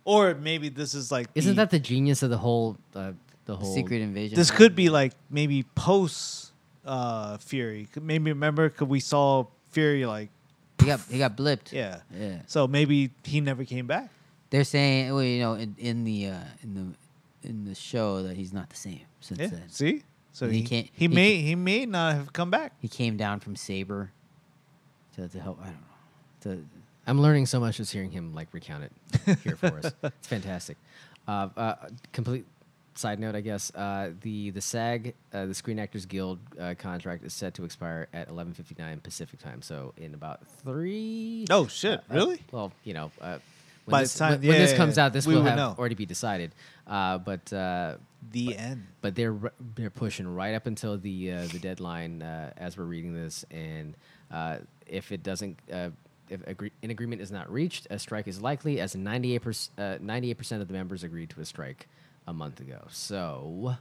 Speaker 3: or maybe this is like
Speaker 2: Isn't that the genius of the whole uh, the whole
Speaker 1: Secret invasion.
Speaker 3: this could be like maybe post uh, Fury. Could- Maybe remember because we saw Fury like
Speaker 1: He got he got blipped.
Speaker 3: yeah
Speaker 1: Yeah.
Speaker 3: So maybe he never came back.
Speaker 1: They're saying, well, you know, in, in the uh, in the in the show that he's not the same since
Speaker 3: Yeah.
Speaker 1: then.
Speaker 3: See, so
Speaker 1: He
Speaker 3: he
Speaker 1: can't-
Speaker 3: He
Speaker 1: he
Speaker 3: may he may not have come back.
Speaker 1: He came down from Saber to to help. I don't know. To
Speaker 2: I'm learning so much just hearing him like recount it here for
Speaker 3: <laughs>
Speaker 2: us. It's fantastic. Uh, uh, complete side note, I guess. Uh, the the SAG, uh, the Screen Actors Guild uh, contract is set to expire at 11:59 Pacific time. So in about three.
Speaker 3: Oh shit!
Speaker 2: uh,
Speaker 3: really?
Speaker 2: well, you know, uh, when
Speaker 3: By
Speaker 2: this,
Speaker 3: the time-
Speaker 2: when, when this
Speaker 3: yeah,
Speaker 2: comes out, this
Speaker 3: we
Speaker 2: will
Speaker 3: would
Speaker 2: have
Speaker 3: know.
Speaker 2: already be decided. Uh, but uh,
Speaker 3: The end.
Speaker 2: but they're r- they're pushing right up until the uh, the deadline uh, as we're reading this, and uh, if it doesn't. Uh, if agree- an agreement is not reached, a strike is likely, as 98 percent of the members agreed to a strike a month ago. So,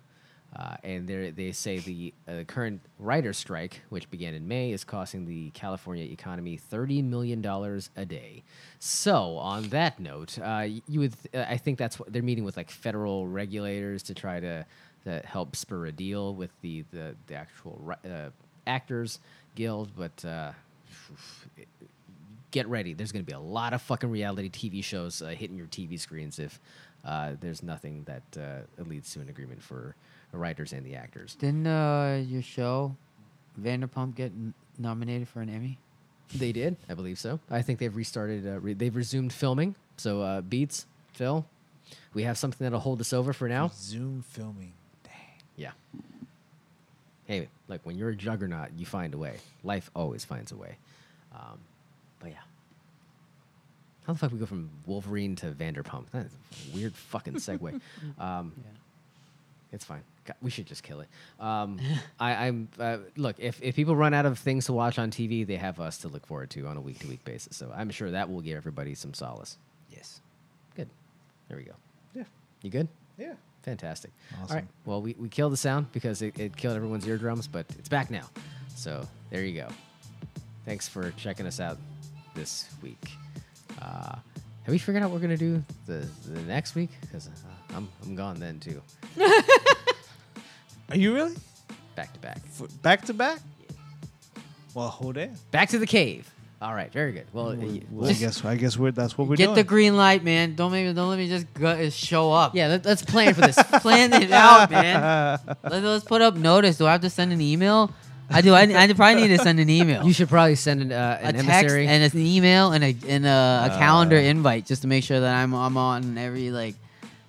Speaker 2: uh, and they they say the uh, current writer strike, which began in May, is costing the California economy thirty million dollars a day. So, on that note, uh, you would uh, I think that's what they're meeting with like federal regulators to try to that helped spur a deal with the the, the actual ri- uh, actors guild. But uh, get ready. There's going to be a lot of fucking reality TV shows uh, hitting your TV screens if uh, there's nothing that uh, leads to an agreement for the writers and the actors.
Speaker 1: Didn't uh, your show, Vanderpump, get n- nominated for an Emmy?
Speaker 2: They did, I believe so. I think they've restarted. Uh, re- they've resumed filming. So uh, Beats, Phil, we have something that'll hold us over for now.
Speaker 3: Zoom filming.
Speaker 2: Yeah. Hey, like when you're a juggernaut, you find a way. Life always finds a way. Um, but yeah. How the fuck we go from Wolverine to Vanderpump? That's a weird fucking segue. um, It's fine. God, we should just kill it. Um, I, I'm uh, look if, if people run out of things to watch on TV, they have us to look forward to on a week to week basis. So I'm sure that will give everybody some solace.
Speaker 1: Yes.
Speaker 2: Good. There we go.
Speaker 3: Yeah.
Speaker 2: You good?
Speaker 3: Yeah.
Speaker 2: Fantastic. All
Speaker 3: Awesome.
Speaker 2: right. Well, we, we killed the sound because it, it killed everyone's eardrums, but it's back now. So there you go. Thanks for checking us out this week. Uh, have we figured out what we're going to do the, the next week? Because uh, I'm, I'm gone then, too.
Speaker 3: Are you really?
Speaker 2: Back to back.
Speaker 3: F- Back to back? Well, hold it.
Speaker 2: Back to the cave. All right. Very good. Well, y-
Speaker 3: Well, I guess I guess we're that's what we're
Speaker 1: get
Speaker 3: doing.
Speaker 1: the green light, man. Don't make me, don't let me just go, show up.
Speaker 2: yeah, let, us plan for this.
Speaker 1: <laughs> plan it out, man. Let, us put up notice. Do I have to send an email? I do. I, I probably need to send an email.
Speaker 2: you should probably send an, uh,
Speaker 1: a
Speaker 2: an
Speaker 1: text
Speaker 2: emissary.
Speaker 1: and it's an email and a and a,
Speaker 3: Uh.
Speaker 1: a calendar invite just to make sure that I'm I'm on every like,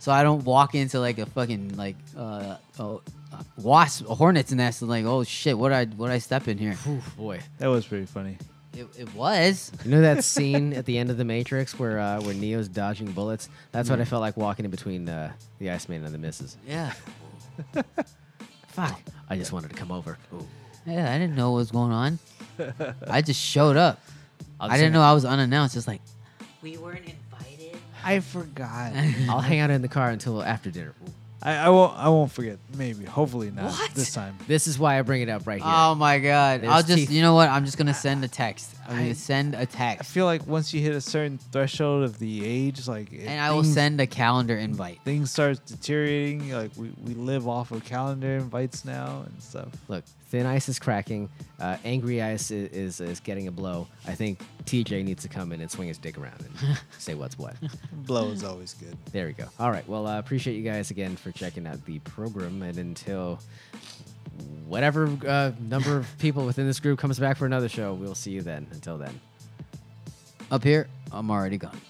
Speaker 1: so I don't walk into like a fucking like uh, oh, uh wasp a hornet's nest and like oh shit what I what I step in here.
Speaker 2: Oof, boy.
Speaker 3: that was pretty funny.
Speaker 1: It, it was
Speaker 2: You know that scene at the end of the Matrix where uh, where Neo's dodging bullets? That's what I felt like walking in between uh, the Iceman and the Misses.
Speaker 3: <laughs>
Speaker 1: yeah
Speaker 2: Fuck. I just wanted to come over.
Speaker 1: yeah I didn't know what was going on. I just showed up.
Speaker 2: I'll
Speaker 1: I
Speaker 2: just
Speaker 1: didn't know
Speaker 2: hang
Speaker 1: I was unannounced. Just like we weren't invited. <laughs>
Speaker 3: I forgot.
Speaker 2: out- <laughs> I'll hang out in the car until after dinner. Ooh.
Speaker 3: I, I won't I won't forget. Maybe. Hopefully not
Speaker 1: What?
Speaker 3: this time.
Speaker 2: This is why I bring it up right here.
Speaker 1: Oh my god!
Speaker 2: There's
Speaker 1: I'll just
Speaker 2: teeth.
Speaker 1: you know what? I'm just gonna send a text. I'm
Speaker 3: I-
Speaker 1: gonna send a
Speaker 3: I
Speaker 1: text,
Speaker 3: feel like once you hit a certain threshold of the age, like it-
Speaker 1: and I will
Speaker 3: things-
Speaker 1: send a calendar invite.
Speaker 3: things starts deteriorating. Like we, we live off of calendar invites now and stuff.
Speaker 2: Look, Thin Ice is cracking. Uh, angry Ice is, is, is getting a blow. I think TJ needs to come in and swing his dick around and <laughs> say what's what.
Speaker 3: Blow is always good.
Speaker 2: There we go. All right. Well, I appreciate you guys again for checking out the program. And until whatever uh, number of people within this group comes back for another show, we'll see you then. Until then.
Speaker 1: Up here, I'm already gone.